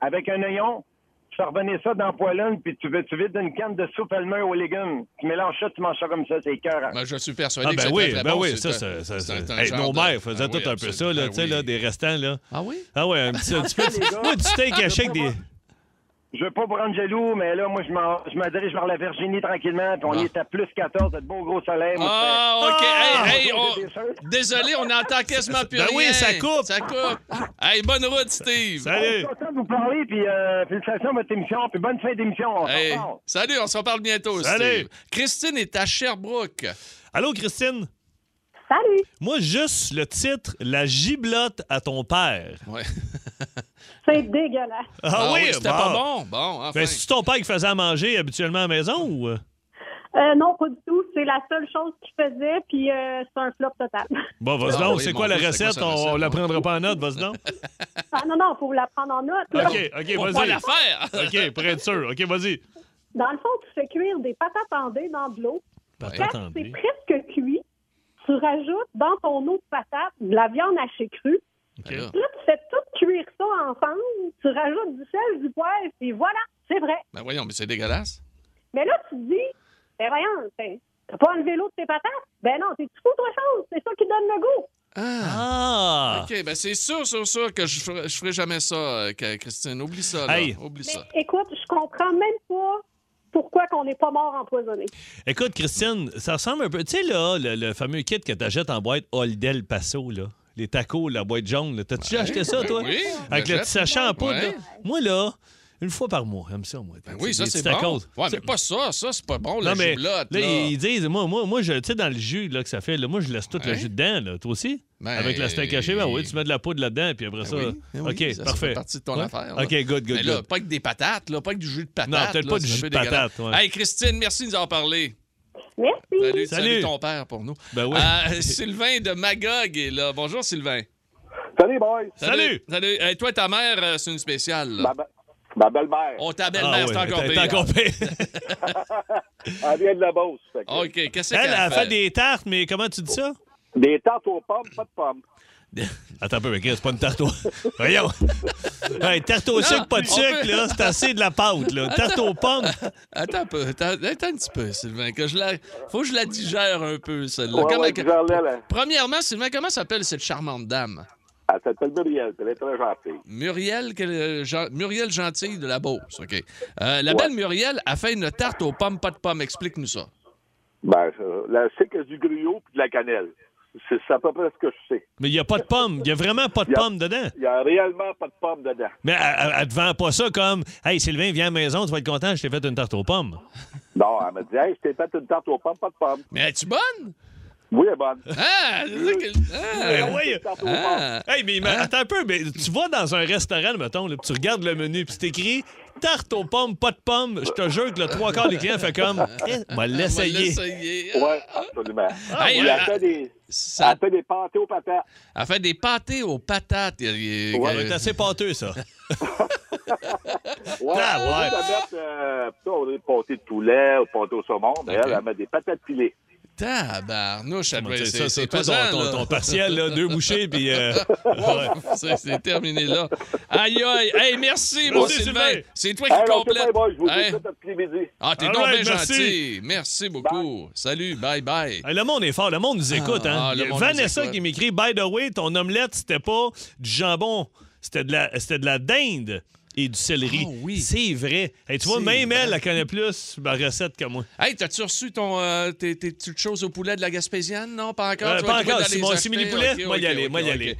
Speaker 5: avec un oignon, tu fais revenir ça dans la poêlonne, puis tu, veux- tu vides une canne de soupe allumeur aux légumes. Tu mélanges ça, tu manges ça comme ça, c'est cœur. hein.
Speaker 2: Ben, je suis persuadé
Speaker 3: Ah
Speaker 2: que
Speaker 3: ben
Speaker 2: c'est
Speaker 3: oui,
Speaker 2: très, très
Speaker 3: ben
Speaker 2: bon.
Speaker 3: oui, ça,
Speaker 2: un-
Speaker 3: ça, ça,
Speaker 2: c'est un-
Speaker 3: ça-
Speaker 2: un
Speaker 3: Hey,
Speaker 2: genre
Speaker 3: nos
Speaker 2: de-
Speaker 3: mères faisaient
Speaker 2: Ah oui,
Speaker 3: tout un peu ça,
Speaker 2: absolument.
Speaker 3: là,
Speaker 2: Ben
Speaker 3: tu sais, là,
Speaker 2: oui.
Speaker 3: des restants, là.
Speaker 2: Ah oui?
Speaker 3: Ah ouais, un petit, un petit peu, un petit peu de steak haché avec des...
Speaker 5: Je veux pas vous rendre jaloux, mais là, moi, je m'en- je me dirige vers la Virginie tranquillement, puis on
Speaker 2: Ah.
Speaker 5: y est à plus 14, de beau gros soleil. Moi,
Speaker 2: Ah, OK.
Speaker 3: Ah!
Speaker 2: Hey, hey,
Speaker 5: Des
Speaker 2: on- Désolé, on n'entend quasiment plus
Speaker 3: Ben
Speaker 2: rien.
Speaker 3: oui, ça coupe.
Speaker 2: Ça coupe. Hey, bonne route, Steve.
Speaker 5: je suis
Speaker 3: Salut!
Speaker 5: content de vous parler, puis euh, félicitations à votre émission, puis bonne fin d'émission. On s'en
Speaker 2: Hey,
Speaker 5: parle.
Speaker 2: salut, on se reparle bientôt,
Speaker 3: Salut.
Speaker 2: Steve. Christine est à Sherbrooke.
Speaker 3: Allô, Christine?
Speaker 8: Salut!
Speaker 3: Moi, juste le titre « La giblotte à ton père
Speaker 2: Ouais.
Speaker 8: C'est dégueulasse. ».
Speaker 3: Ah,
Speaker 2: c'était
Speaker 3: bah.
Speaker 2: pas bon. Bon, enfin.
Speaker 3: Ben, c'est-tu ton père qui faisait à manger habituellement à la maison ou... euh?
Speaker 8: Euh, non, pas du tout. C'est la seule chose qu'il faisait, puis euh, c'est un flop total.
Speaker 3: Bon, vas-y
Speaker 2: Ah,
Speaker 3: donc,
Speaker 2: oui,
Speaker 3: c'est
Speaker 2: mon
Speaker 3: quoi la
Speaker 2: Dieu, c'est quoi
Speaker 3: recette?
Speaker 2: sa
Speaker 3: on, on
Speaker 2: recette,
Speaker 3: la
Speaker 2: ouais.
Speaker 3: prendra pas en note, vas-y donc.
Speaker 8: Ah, non, non, faut la prendre en note. là.
Speaker 3: OK, OK,
Speaker 2: Faut pas
Speaker 3: vas-y.
Speaker 2: la faire.
Speaker 3: OK, pour être sûr. OK, vas-y.
Speaker 8: Dans le fond, tu fais cuire des patates pendées dans de l'eau.
Speaker 2: Ouais.
Speaker 8: Quand c'est presque cuit, tu rajoutes dans ton eau de patate de la viande hachée crue.
Speaker 2: Ben là,
Speaker 8: Puis Là, tu fais tout cuire ça ensemble. Tu rajoutes du sel, du poivre, puis voilà, c'est vrai.
Speaker 2: ben voyons, mais c'est dégueulasse.
Speaker 8: Mais là, tu te dis, ben voyons, t'es- t'as pas enlevé l'eau de tes patates? Ben non, t'es fou autre chose. C'est ça qui donne le goût.
Speaker 2: Ah.
Speaker 3: Ah!
Speaker 2: OK, ben c'est sûr, sûr, sûr que je ferai, je ferai jamais ça, euh, que- Christine. Oublie ça, là.
Speaker 3: Hey.
Speaker 2: Oublie ça.
Speaker 8: Mais écoute, je comprends même pas pourquoi qu'on n'est pas mort empoisonné.
Speaker 3: Écoute, Christine, ça ressemble un peu. Tu sais, là, le, le fameux kit que t'achètes en boîte Oldel Paso, là. Les tacos, la boîte jaune, là. T'as-tu déjà acheté ça,
Speaker 2: Ben
Speaker 3: toi?
Speaker 2: oui,
Speaker 3: Avec le
Speaker 2: j'achète.
Speaker 3: petit sachet en poudre,
Speaker 2: Ouais.
Speaker 3: là. Moi, là, une fois par mois, j'aime ça, moi.
Speaker 2: Ben oui, ça,
Speaker 3: Des
Speaker 2: c'est
Speaker 3: petits
Speaker 2: bon.
Speaker 3: tacos.
Speaker 2: Ouais, mais pas ça. Ça, c'est pas bon,
Speaker 3: Non,
Speaker 2: la
Speaker 3: mais
Speaker 2: giblotte, là.
Speaker 3: là, ils disent, moi, moi, moi je, tu sais, dans le jus là, que ça fait, là, moi, je laisse tout le
Speaker 2: Ouais.
Speaker 3: jus dedans, là, toi aussi?
Speaker 2: Ben,
Speaker 3: Avec la steak hachée, ben oui, tu mets de la poudre là-dedans, puis après
Speaker 2: Ben
Speaker 3: ça.
Speaker 2: oui, ben oui,
Speaker 3: OK,
Speaker 2: ça, ça
Speaker 3: parfait.
Speaker 2: fait partie de ton
Speaker 3: Ouais?
Speaker 2: affaire, là.
Speaker 3: OK, good,
Speaker 2: Mais
Speaker 3: good,
Speaker 2: là,
Speaker 3: good.
Speaker 2: pas que des patates, là, pas que du jus de patate.
Speaker 3: Non, peut-être
Speaker 2: là,
Speaker 3: pas du
Speaker 2: c'est un
Speaker 3: jus
Speaker 2: peu
Speaker 3: de patate,
Speaker 2: dégueulasse.
Speaker 3: ouais.
Speaker 2: Hey, Christine, merci de nous en parler.
Speaker 8: Merci.
Speaker 2: Salut, salut.
Speaker 3: Salut.
Speaker 2: ton père pour nous.
Speaker 3: Ben oui.
Speaker 2: Euh, Sylvain de Magog est là. Bonjour, Sylvain.
Speaker 5: Salut, boys.
Speaker 3: Salut. Bah.
Speaker 2: Salut. Hey, toi, ta mère, euh, c'est une spéciale. là.
Speaker 5: Ma, be- ma belle-mère,
Speaker 2: On ta
Speaker 3: Ah
Speaker 2: belle-mère,
Speaker 3: ouais,
Speaker 2: c'est encore
Speaker 3: t'es-
Speaker 2: pire. hein.
Speaker 3: t'es encore pire.
Speaker 5: elle vient de la Beauce. fait que-
Speaker 2: OK, qu'est-ce qu'elle
Speaker 3: Elle a fait
Speaker 2: fait?
Speaker 3: des tartes, mais comment tu dis ça?
Speaker 5: Des tartes aux pommes, pas de pommes.
Speaker 3: Attends un peu, mais c'est pas une tarte au... Voyons! Hey, tarte au
Speaker 2: Non,
Speaker 3: sucre, pas de
Speaker 2: on
Speaker 3: sucre,
Speaker 2: peut-
Speaker 3: là, c'est assez de la pâte, là. Tarte aux pommes.
Speaker 2: Attends un peu, attends, attends un petit peu, Sylvain. Que je la... Faut que je la digère un peu, celle-là.
Speaker 5: Ouais,
Speaker 2: Comment-
Speaker 5: ouais,
Speaker 2: que-
Speaker 5: digère-la, là.
Speaker 2: Premièrement, Sylvain, comment s'appelle cette charmante dame?
Speaker 5: Elle s'appelle Muriel, elle est très gentille.
Speaker 2: Muriel, que- Jean- Muriel Gentil de la Beauce, OK. Euh, la belle Muriel a fait une tarte aux pommes, pas de pommes. Explique-nous ça.
Speaker 5: Ben, euh, là, c'est que du gruau puis de la cannelle. C'est c'est à peu près ce que je sais.
Speaker 3: Mais il n'y a pas de pommes. Il y a vraiment pas de
Speaker 5: Y a-
Speaker 3: pommes dedans.
Speaker 5: Il n'y a réellement pas de pommes dedans.
Speaker 3: Mais elle, elle- elle te vend pas ça comme Hey Sylvain, viens à la maison, tu vas être content, je t'ai fait une tarte aux
Speaker 5: Ah,
Speaker 3: pommes.
Speaker 5: Non, elle m'a dit, hey, je t'ai fait une tarte aux pommes, pas de pommes.
Speaker 2: Mais es-tu bonne?
Speaker 5: Oui, elle est bonne.
Speaker 2: Ah! c'est ça que- ah!
Speaker 3: Ben oui.
Speaker 5: Tarte aux pommes.
Speaker 2: Ah!
Speaker 3: Hey, mais mais attends un peu, mais tu vas dans un restaurant, mettons, là, puis tu regardes le menu, puis c'est écrit tarte aux pommes, pas de pommes. Je te jure que le trois quarts des clients fait comme Eh, m'a
Speaker 2: On va
Speaker 3: l'essayer.
Speaker 2: l'essayer.
Speaker 5: Oui, absolument. Ah,
Speaker 2: Hey,
Speaker 5: Elle
Speaker 2: euh,
Speaker 5: fait des,
Speaker 2: ça-
Speaker 5: elle fait des pâtés aux patates.
Speaker 2: elle fait des pâtés aux patates. Il- il-
Speaker 5: Ouais.
Speaker 3: Ça va être assez pâteux, ça.
Speaker 5: Ouais,
Speaker 3: Ah,
Speaker 5: au lieu
Speaker 3: ouais.
Speaker 5: de mettre, euh, ça, on a des pâtés de poulet ou pâtés au saumon, mais elle, elle met des patates pilées.
Speaker 2: Tabarnouche, ça doit-
Speaker 3: Tu sais,
Speaker 2: c'est
Speaker 3: ça,
Speaker 2: c'est
Speaker 3: Ah, c'est toi ton,
Speaker 2: pesant,
Speaker 3: ton-
Speaker 2: là.
Speaker 3: ton partiel, là, deux bouchées, puis. euh, ouais.
Speaker 2: C'est- C'est terminé là. Aïe aïe. Hey, merci, mon
Speaker 3: Merci,
Speaker 2: Sylvain.
Speaker 3: Sylvain.
Speaker 2: C'est toi
Speaker 5: Hey,
Speaker 2: qui
Speaker 5: on
Speaker 2: complète.
Speaker 5: sait pas, je vous
Speaker 2: Hey.
Speaker 5: écoute à petit midi.
Speaker 2: Ah, t'es
Speaker 3: All
Speaker 2: donc
Speaker 3: right,
Speaker 2: bien
Speaker 3: merci.
Speaker 2: gentil. Merci beaucoup. Salut, bye bye.
Speaker 3: Hey, Le monde est fort, le monde nous écoute.
Speaker 2: Ah,
Speaker 3: hein.
Speaker 2: le
Speaker 3: Il y a
Speaker 2: monde nous
Speaker 3: Vanessa
Speaker 2: écoute.
Speaker 3: qui m'écrit By the way, ton omelette, c'était pas du jambon, c'était de la, c'était de la dinde et du céleri.
Speaker 2: Ah oui.
Speaker 3: C'est vrai. Hey, tu vois,
Speaker 2: C'est
Speaker 3: même
Speaker 2: vrai.
Speaker 3: elle, elle connaît plus ma recette que moi.
Speaker 2: Hey, t'as-tu reçu ton, euh, tes, tes petites choses au poulet de la Gaspésienne? Non, pas encore?
Speaker 3: Euh,
Speaker 2: Tu vas être
Speaker 3: pas
Speaker 2: obligé
Speaker 3: encore.
Speaker 2: d'aller
Speaker 3: C'est
Speaker 2: les
Speaker 3: mon
Speaker 2: acheter?
Speaker 3: simili-poulet.
Speaker 2: Ok,
Speaker 3: Moi, y
Speaker 2: ok,
Speaker 3: aller,
Speaker 2: ok,
Speaker 3: moi, y
Speaker 2: ok.
Speaker 3: aller.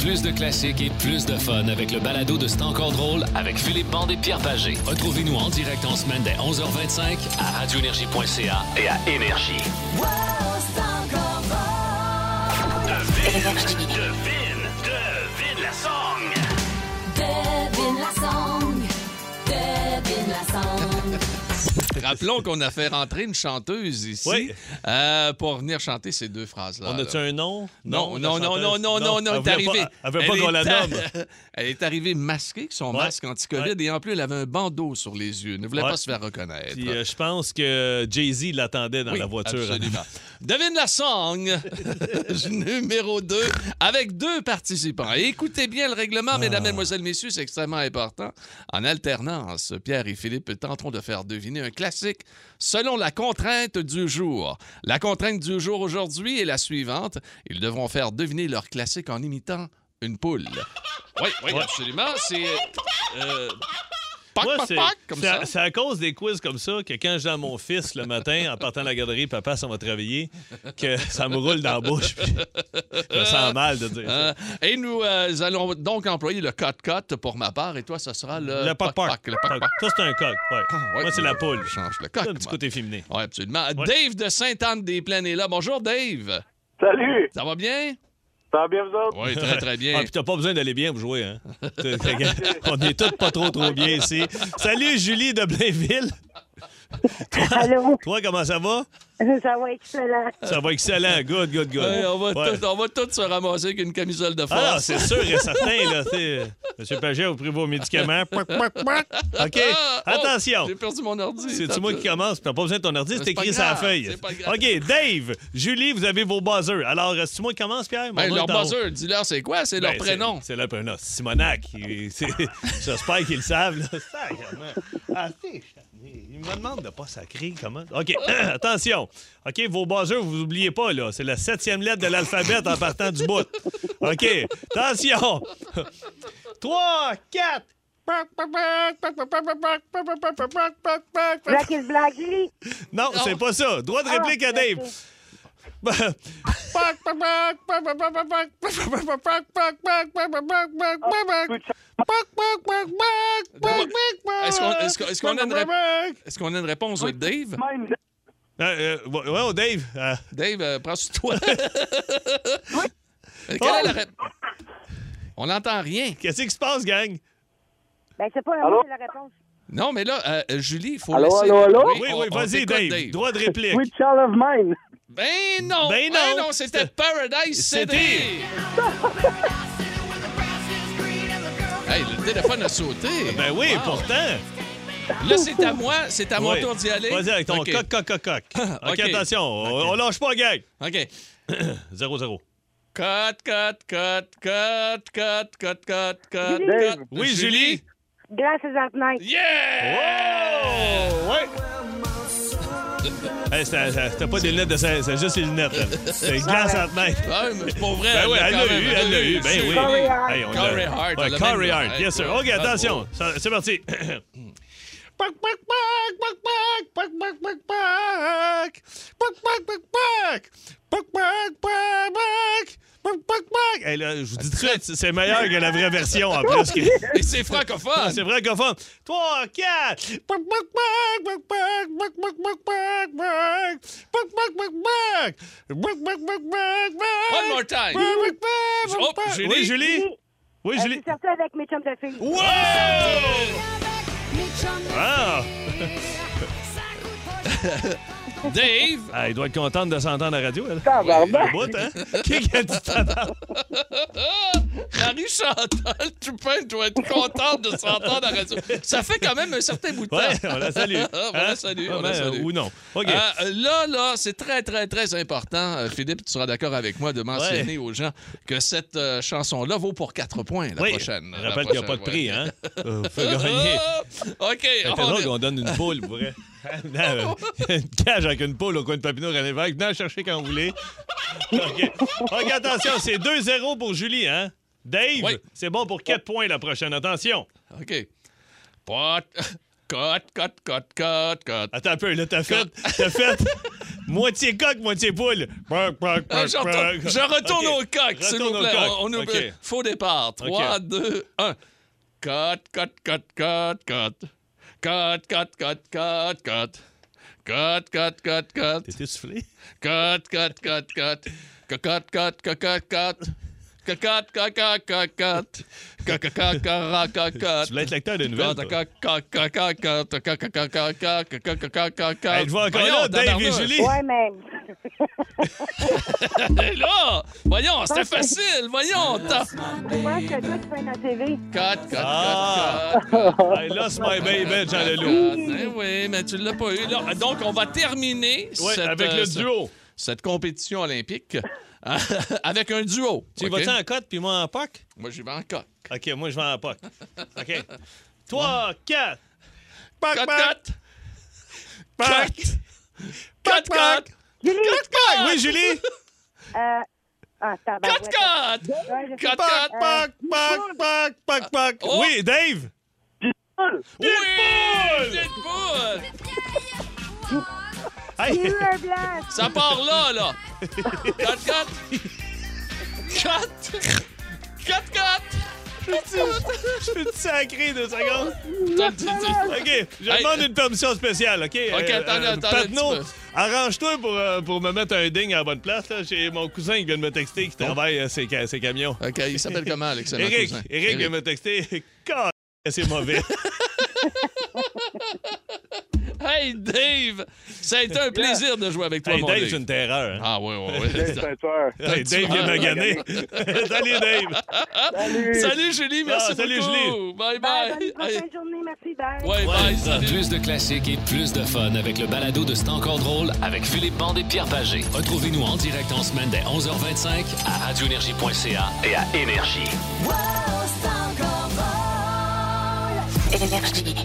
Speaker 1: Plus de classiques et plus de fun avec le balado de C'est encore drôle avec Philippe Bande et Pierre Pagé. Retrouvez-nous en direct en semaine dès 11h25 à radioénergie.ca et à Énergie.
Speaker 4: Devine, devine, devine la song.
Speaker 10: Devine la song. Devine la song.
Speaker 2: Rappelons qu'on a fait rentrer une chanteuse ici
Speaker 3: Oui.
Speaker 2: euh, pour venir chanter ces deux phrases-là.
Speaker 3: On a-tu
Speaker 2: Ah, là.
Speaker 3: un nom?
Speaker 2: Non, non, non,
Speaker 3: la
Speaker 2: non,
Speaker 3: chanteuse?
Speaker 2: non, non, non,
Speaker 3: elle
Speaker 2: elle est
Speaker 3: voulait
Speaker 2: arrivée.
Speaker 3: pas- Elle veut pas
Speaker 2: Elle
Speaker 3: qu'on
Speaker 2: est
Speaker 3: la
Speaker 2: a-
Speaker 3: nomme.
Speaker 2: Elle est arrivée masquée avec son
Speaker 3: Ouais.
Speaker 2: masque anti-COVID et en plus, elle avait un bandeau sur les yeux. Elle ne voulait
Speaker 3: Ouais.
Speaker 2: pas se faire reconnaître.
Speaker 3: Puis euh, je pense que Jay-Z l'attendait dans la voiture.
Speaker 2: Absolument. Devine la song numéro 2 avec deux participants. Et écoutez bien le règlement, mesdames,
Speaker 3: Ah.
Speaker 2: mesdemoiselles, messieurs, c'est extrêmement important. En alternance, Pierre et Philippe tenteront de faire deviner un classique selon la contrainte du jour. La contrainte du jour aujourd'hui est la suivante. Ils devront faire deviner leur classique en imitant une poule. Oui, oui,
Speaker 3: Ouais.
Speaker 2: absolument. C'est... euh, Pac,
Speaker 3: Moi,
Speaker 2: pac,
Speaker 3: c'est-
Speaker 2: pac, comme
Speaker 3: c'est
Speaker 2: ça.
Speaker 3: à- C'est à cause des quiz comme ça que quand j'ai à mon fils le matin, en partant de la garderie, papa, ça va travailler, que ça me roule dans la bouche. puis je me sens mal de dire ça.
Speaker 2: Euh, et nous euh, allons donc employer le cut-cut pour ma part, et toi, ce sera le,
Speaker 3: Le pop-pop.
Speaker 2: poc-poc, Euh, Le poc-poc.
Speaker 3: Ça, c'est un coq. Ouais.
Speaker 2: Ah, ouais,
Speaker 3: Moi, c'est
Speaker 2: moi,
Speaker 3: la poule.
Speaker 2: je change le
Speaker 3: C'est
Speaker 2: coq,
Speaker 3: un petit
Speaker 2: moi.
Speaker 3: côté féminin.
Speaker 2: Oui, absolument.
Speaker 3: Ouais.
Speaker 2: Dave de Sainte-Anne-des-Plaines est là. Bonjour, Dave.
Speaker 5: Salut!
Speaker 2: Ça va bien?
Speaker 5: Ça va bien, vous autres?
Speaker 2: Oui, très, très
Speaker 3: Ah,
Speaker 2: bien.
Speaker 3: puis t'as pas besoin d'aller bien pour jouer, hein? T'es- t'es- On est tous pas trop trop bien ici. Salut Julie de Blainville.
Speaker 9: Allô?
Speaker 3: Toi, comment ça va?
Speaker 9: Ça va excellent.
Speaker 3: Ça va excellent. Good, good, good.
Speaker 2: Ouais, on, va
Speaker 3: Ouais.
Speaker 2: tout- on va tous se ramasser avec une camisole de
Speaker 3: Ah, non,
Speaker 2: force.
Speaker 3: c'est sûr et certain, là. t'sais. Monsieur Paget, vous prenez vos médicaments. Pouac, pouac, pouac. OK,
Speaker 2: Ah, oh,
Speaker 3: attention.
Speaker 2: J'ai perdu mon ordi.
Speaker 3: C'est-tu moi qui commence? T'as pas besoin de ton ordi, c'est
Speaker 2: C'est pas
Speaker 3: écrit sur la
Speaker 2: grave,
Speaker 3: feuille.
Speaker 2: c'est pas grave.
Speaker 3: OK, Dave, Julie, vous avez vos buzzers. Alors, c'est-tu moi qui commence, Pierre? Mon
Speaker 2: Ben,
Speaker 3: nom
Speaker 2: leur
Speaker 3: est en haut.
Speaker 2: buzzer, dis-leur c'est quoi? C'est leur
Speaker 3: Ben,
Speaker 2: prénom.
Speaker 3: C'est c'est leur prénom. Simonac. Il- c'est- J'espère qu'ils le savent. Là. Sacrement. Ah, t'es chané. Ils me demandent de pas sacrer. Comment? OK, attention. OK, vos buzzers, vous oubliez pas, là. C'est la septième lettre de l'alphabet en partant du bout. OK, attention. 3, 4.
Speaker 9: Black is black. Julie.
Speaker 3: Non, c'est pas ça. Droit
Speaker 2: Ah,
Speaker 3: de réplique à Dave.
Speaker 2: Ah, Est-ce qu'on est-ce qu'on- est-ce qu'on a, une rép- est-ce qu'on a une réponse, Dave?
Speaker 3: Euh, euh, ouais, ouais, Dave. euh,
Speaker 2: Dave, euh, prends sur toi. Euh, Quelle est la rép- On n'entend rien.
Speaker 3: Qu'est-ce qui se passe, gang?
Speaker 9: Ben, c'est pas à moi la réponse.
Speaker 2: Non, mais là, euh, euh, Julie, il faut
Speaker 5: Allô,
Speaker 2: laisser...
Speaker 5: allô, allô?
Speaker 3: Oui,
Speaker 2: on-
Speaker 3: oui,
Speaker 2: on
Speaker 3: vas-y,
Speaker 2: t'écoute,
Speaker 3: Dave. Droit de réplique.
Speaker 5: Which child of mine?
Speaker 2: Ben non!
Speaker 3: Ben non.
Speaker 2: c'était Paradise City!
Speaker 3: City.
Speaker 2: hey, le téléphone a sauté!
Speaker 3: Ben oui,
Speaker 2: Wow.
Speaker 3: pourtant.
Speaker 2: Là, c'est à moi, c'est à mon
Speaker 3: Oui.
Speaker 2: tour d'y aller.
Speaker 3: Vas-y avec ton
Speaker 2: OK.
Speaker 3: coq, coq, coq, coq. OK,
Speaker 2: OK.
Speaker 3: attention, on, on lâche pas, gang.
Speaker 2: OK.
Speaker 3: 0-0.
Speaker 2: Cut, cut, cut, cut, cut, cut, cut, cut,
Speaker 5: Dave.
Speaker 2: cut.
Speaker 3: Oui, Julie.
Speaker 9: Glasses at night.
Speaker 2: Yeah!
Speaker 3: Ouais. Hey, c'était- C'était pas des lunettes de 16, c'est juste les lunettes. elle. C'est glace à fenêtre.
Speaker 2: Ah, mais c'est pas vrai.
Speaker 3: Ben oui,
Speaker 2: l'a
Speaker 3: elle
Speaker 2: quand
Speaker 3: l'a
Speaker 2: même,
Speaker 3: eu, elle l'a eu. Ben
Speaker 2: C'est-
Speaker 3: oui.
Speaker 9: Corey Hart.
Speaker 3: Hey, on l'a-
Speaker 2: Corey Hart,
Speaker 3: Ouais,
Speaker 2: on l'a
Speaker 3: Corey
Speaker 2: même-
Speaker 3: Hart, yes sir.
Speaker 2: Ouais,
Speaker 3: OK,
Speaker 2: bravo.
Speaker 3: attention, ça- c'est parti. Pac, pac, pac, pac, pac, pac, pac, pac, pac. Pac, pac, pac, pac. Pac, pac, pac, pac. Pac, pac, pac. Hey, là, je vous dis tout de suite, c'est meilleur que la vraie version en plus. que-
Speaker 2: Et c'est francophone.
Speaker 3: Ah, C'est vrai qu'au fond, 3, 4.
Speaker 2: One more time. Oh, Julie.
Speaker 3: Oui, Julie. Oui,
Speaker 9: Euh,
Speaker 3: Julie.
Speaker 9: J'ai sorti avec mes chums de filles.
Speaker 3: Wow! Ah!
Speaker 2: Dave.
Speaker 3: Ah, il doit être contente de s'entendre à la radio, elle.
Speaker 5: Tabarnak.
Speaker 3: Le bout, hein? Qui a dit tabarnak?
Speaker 2: Marie Chantal Toupin doit être contente de s'entendre à la radio. Ça fait quand même un certain bout de temps.
Speaker 3: Ouais, on la salue.
Speaker 2: on
Speaker 3: Hein?
Speaker 2: la salue. on la
Speaker 3: Ben, euh,
Speaker 2: salue.
Speaker 3: Ou non. OK.
Speaker 2: Euh, là, là, c'est très, très, très important, euh, Philippe, tu seras d'accord avec moi de mentionner aux gens que cette euh, chanson-là vaut pour 4 points la
Speaker 3: oui.
Speaker 2: prochaine.
Speaker 3: Je
Speaker 2: la
Speaker 3: rappelle qu'il n'y a pas
Speaker 2: prochaine,
Speaker 3: de
Speaker 2: ouais.
Speaker 3: prix, hein? Euh, Faut gagner.
Speaker 2: Ah! OK.
Speaker 3: C'est
Speaker 2: on
Speaker 3: drôle
Speaker 2: est-
Speaker 3: qu'on donne une poule, pour vrai. Non, euh, une cage avec une poule au coin de Papineau à l'évêque. Venez la chercher quand vous voulez. OK. OK, attention, c'est 2-0 pour Julie, hein? Dave,
Speaker 2: Oui.
Speaker 3: c'est bon pour 4 points la prochaine. Attention.
Speaker 2: OK. Pot. Cut, cut, cut, cut, cut.
Speaker 3: Attends un peu, là, t'as fait. T'as fait. Moitié coq, moitié poule. Poc, poc,
Speaker 2: Euh,
Speaker 3: poc,
Speaker 2: je, retourne,
Speaker 3: poc.
Speaker 2: je retourne
Speaker 3: Ah, Ok.
Speaker 2: au coq, s'il vous
Speaker 3: Retourne au
Speaker 2: plaît.
Speaker 3: coq.
Speaker 2: On, on oublie-
Speaker 3: Ok.
Speaker 2: Faux départ. 3, 2, 1. Cut, cut, cut, cut, cut. Cut, cut, cut, cut, cut. Cut, cut, cut, cut.
Speaker 3: T'étais soufflé?
Speaker 2: Cut, cut, cut, cut. Cut, cut, cut, cut, cut, cut. Cut, cut, cut, cut, cut, cut. Cut, cut, cut, cut, cut, cut.
Speaker 3: Tu voulais être l'acteur de nouvelles,
Speaker 2: Cut,
Speaker 3: toi.
Speaker 2: cut, cut, cut, cut, cut, cut, cut, cut, cut, cut, cut, cut, cut, cut.
Speaker 3: Hey, je vois encore
Speaker 2: Voyons,
Speaker 3: là, Dave et
Speaker 2: tabarnouche.
Speaker 3: Julie.
Speaker 9: Ouais, mais
Speaker 2: Et là, voyons, c'était facile, voyons. t'as-
Speaker 9: tu vois que toi, tu fais une TV.
Speaker 2: Cut, cut,
Speaker 3: Ah!
Speaker 2: cut, cut, cut.
Speaker 3: I lost my baby, Jean Leloup.
Speaker 2: Cut. Eh oui, mais tu l'as pas eu. Là. Ah, Donc, on va terminer
Speaker 3: Ouais,
Speaker 2: cette,
Speaker 3: avec
Speaker 2: euh,
Speaker 3: le
Speaker 2: ce-
Speaker 3: duo.
Speaker 2: cette compétition olympique hein, avec un duo.
Speaker 3: Tu y
Speaker 2: OK?
Speaker 3: vas-tu en cote, puis moi en poc?
Speaker 2: Moi, j'y vais en coq.
Speaker 3: OK, moi, je vais en poc. OK. 3,
Speaker 2: Cut,
Speaker 3: 4. Poc,
Speaker 2: cut,
Speaker 3: poc, poc.
Speaker 2: cut.
Speaker 3: Poc, poc.
Speaker 9: Julie!
Speaker 3: Poc, poc. Oui, Julie?
Speaker 9: Euh... Ah,
Speaker 2: Cut,
Speaker 9: tabarouette.
Speaker 2: cut.
Speaker 9: Ouais, je sais
Speaker 2: Cut,
Speaker 9: pas.
Speaker 3: Poc,
Speaker 2: cut.
Speaker 3: poc, poc, poc, poc, poc.
Speaker 2: Oh.
Speaker 3: Oui, Dave?
Speaker 2: Oui,
Speaker 3: Pitbull.
Speaker 2: Pitbull.
Speaker 9: J'ai
Speaker 3: Hey,
Speaker 9: eu un blanc.
Speaker 2: Ça part là, là. Cut, cut. Cut. Cut, cut.
Speaker 3: je suis sacré deux secondes.
Speaker 2: T'as le dit-
Speaker 3: OK, je
Speaker 2: Hey.
Speaker 3: demande une permission spéciale, OK? Euh,
Speaker 2: OK, attendez, attendez un
Speaker 3: Patnaud,
Speaker 2: petit peu.
Speaker 3: arrange-toi pour, euh, pour me mettre un ding à la bonne place. là. J'ai mon cousin qui vient de me texter qui travaille euh, ses, ca- ses camions.
Speaker 2: OK, il s'appelle comment, l'excellent
Speaker 3: Eric,
Speaker 2: cousin?
Speaker 3: Eric vient me texter. Car- C'est mauvais.
Speaker 2: Hey, Dave! Ça a été un plaisir de jouer avec toi,
Speaker 3: hey,
Speaker 2: mon
Speaker 3: Dave,
Speaker 2: Dave.
Speaker 3: c'est une terreur. hein.
Speaker 2: Ah, ouais, ouais, ouais.
Speaker 3: Hey, Dave vient me gagner. Salut, Dave.
Speaker 2: salut, Julie, merci
Speaker 3: Ah, salut,
Speaker 2: beaucoup.
Speaker 3: Julie.
Speaker 2: Bye,
Speaker 9: Bye,
Speaker 2: bye.
Speaker 9: bonne
Speaker 2: Hey.
Speaker 9: prochaine journée. Merci, bye.
Speaker 2: Ouais, bye, salut.
Speaker 1: Plus de classiques et plus de fun avec le balado de C'est encore drôle avec Philippe Bande et Pierre Pagé. Retrouvez-nous en direct en semaine dès 11h25 à radioénergie.ca et à Énergie.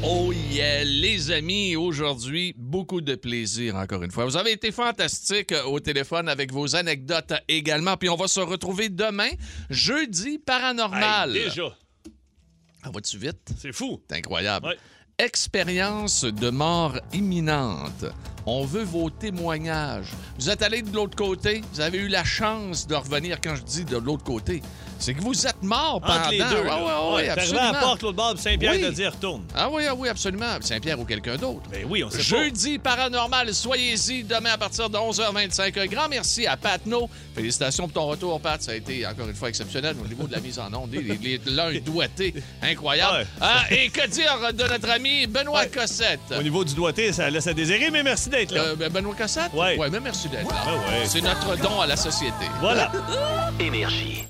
Speaker 2: Oh yeah, les amis, aujourd'hui, beaucoup de plaisir encore une fois. Vous avez été fantastiques euh, au téléphone avec vos anecdotes euh, également. Puis on va se retrouver demain, jeudi paranormal.
Speaker 3: Hey, déjà,
Speaker 2: Ah, vas-tu vite?
Speaker 3: c'est fou.
Speaker 2: C'est incroyable.
Speaker 3: Ouais.
Speaker 2: Expérience de mort imminente. On veut vos témoignages. Vous êtes allé de l'autre côté, vous avez eu la chance de revenir. Quand je dis de l'autre côté, c'est que vous êtes mort pendant.
Speaker 3: Entre les deux.
Speaker 2: Ah,
Speaker 3: là.
Speaker 2: ouais, ouais, ouais,
Speaker 3: Ouais, t'es arrivé
Speaker 2: absolument.
Speaker 3: à la porte, l'autre bord, puis Saint-Pierre
Speaker 2: Oui.
Speaker 3: te dit retourne.
Speaker 2: Ah oui, ah oui, absolument. Saint-Pierre ou quelqu'un d'autre.
Speaker 3: Ben oui, on sait pas.
Speaker 2: Jeudi paranormal, soyez-y demain à partir de 11h25. Un grand merci à Patno. Félicitations pour ton retour, Pat. Ça a été encore une fois exceptionnel au niveau de la mise en onde. Les, les, les- l'un doigté, incroyable.
Speaker 3: Ouais.
Speaker 2: Ah, et que dire de notre ami Benoît
Speaker 3: Ouais.
Speaker 2: Cossette?
Speaker 3: Au niveau du doigté, ça laisse à désirer, mais merci d'être là. Ah
Speaker 2: Euh, ben, Benoît Cossette?
Speaker 3: Ouais.
Speaker 2: mais merci d'être là.
Speaker 3: Ouais, ouais.
Speaker 2: C'est notre don à la société.
Speaker 3: Voilà.
Speaker 1: Énergie.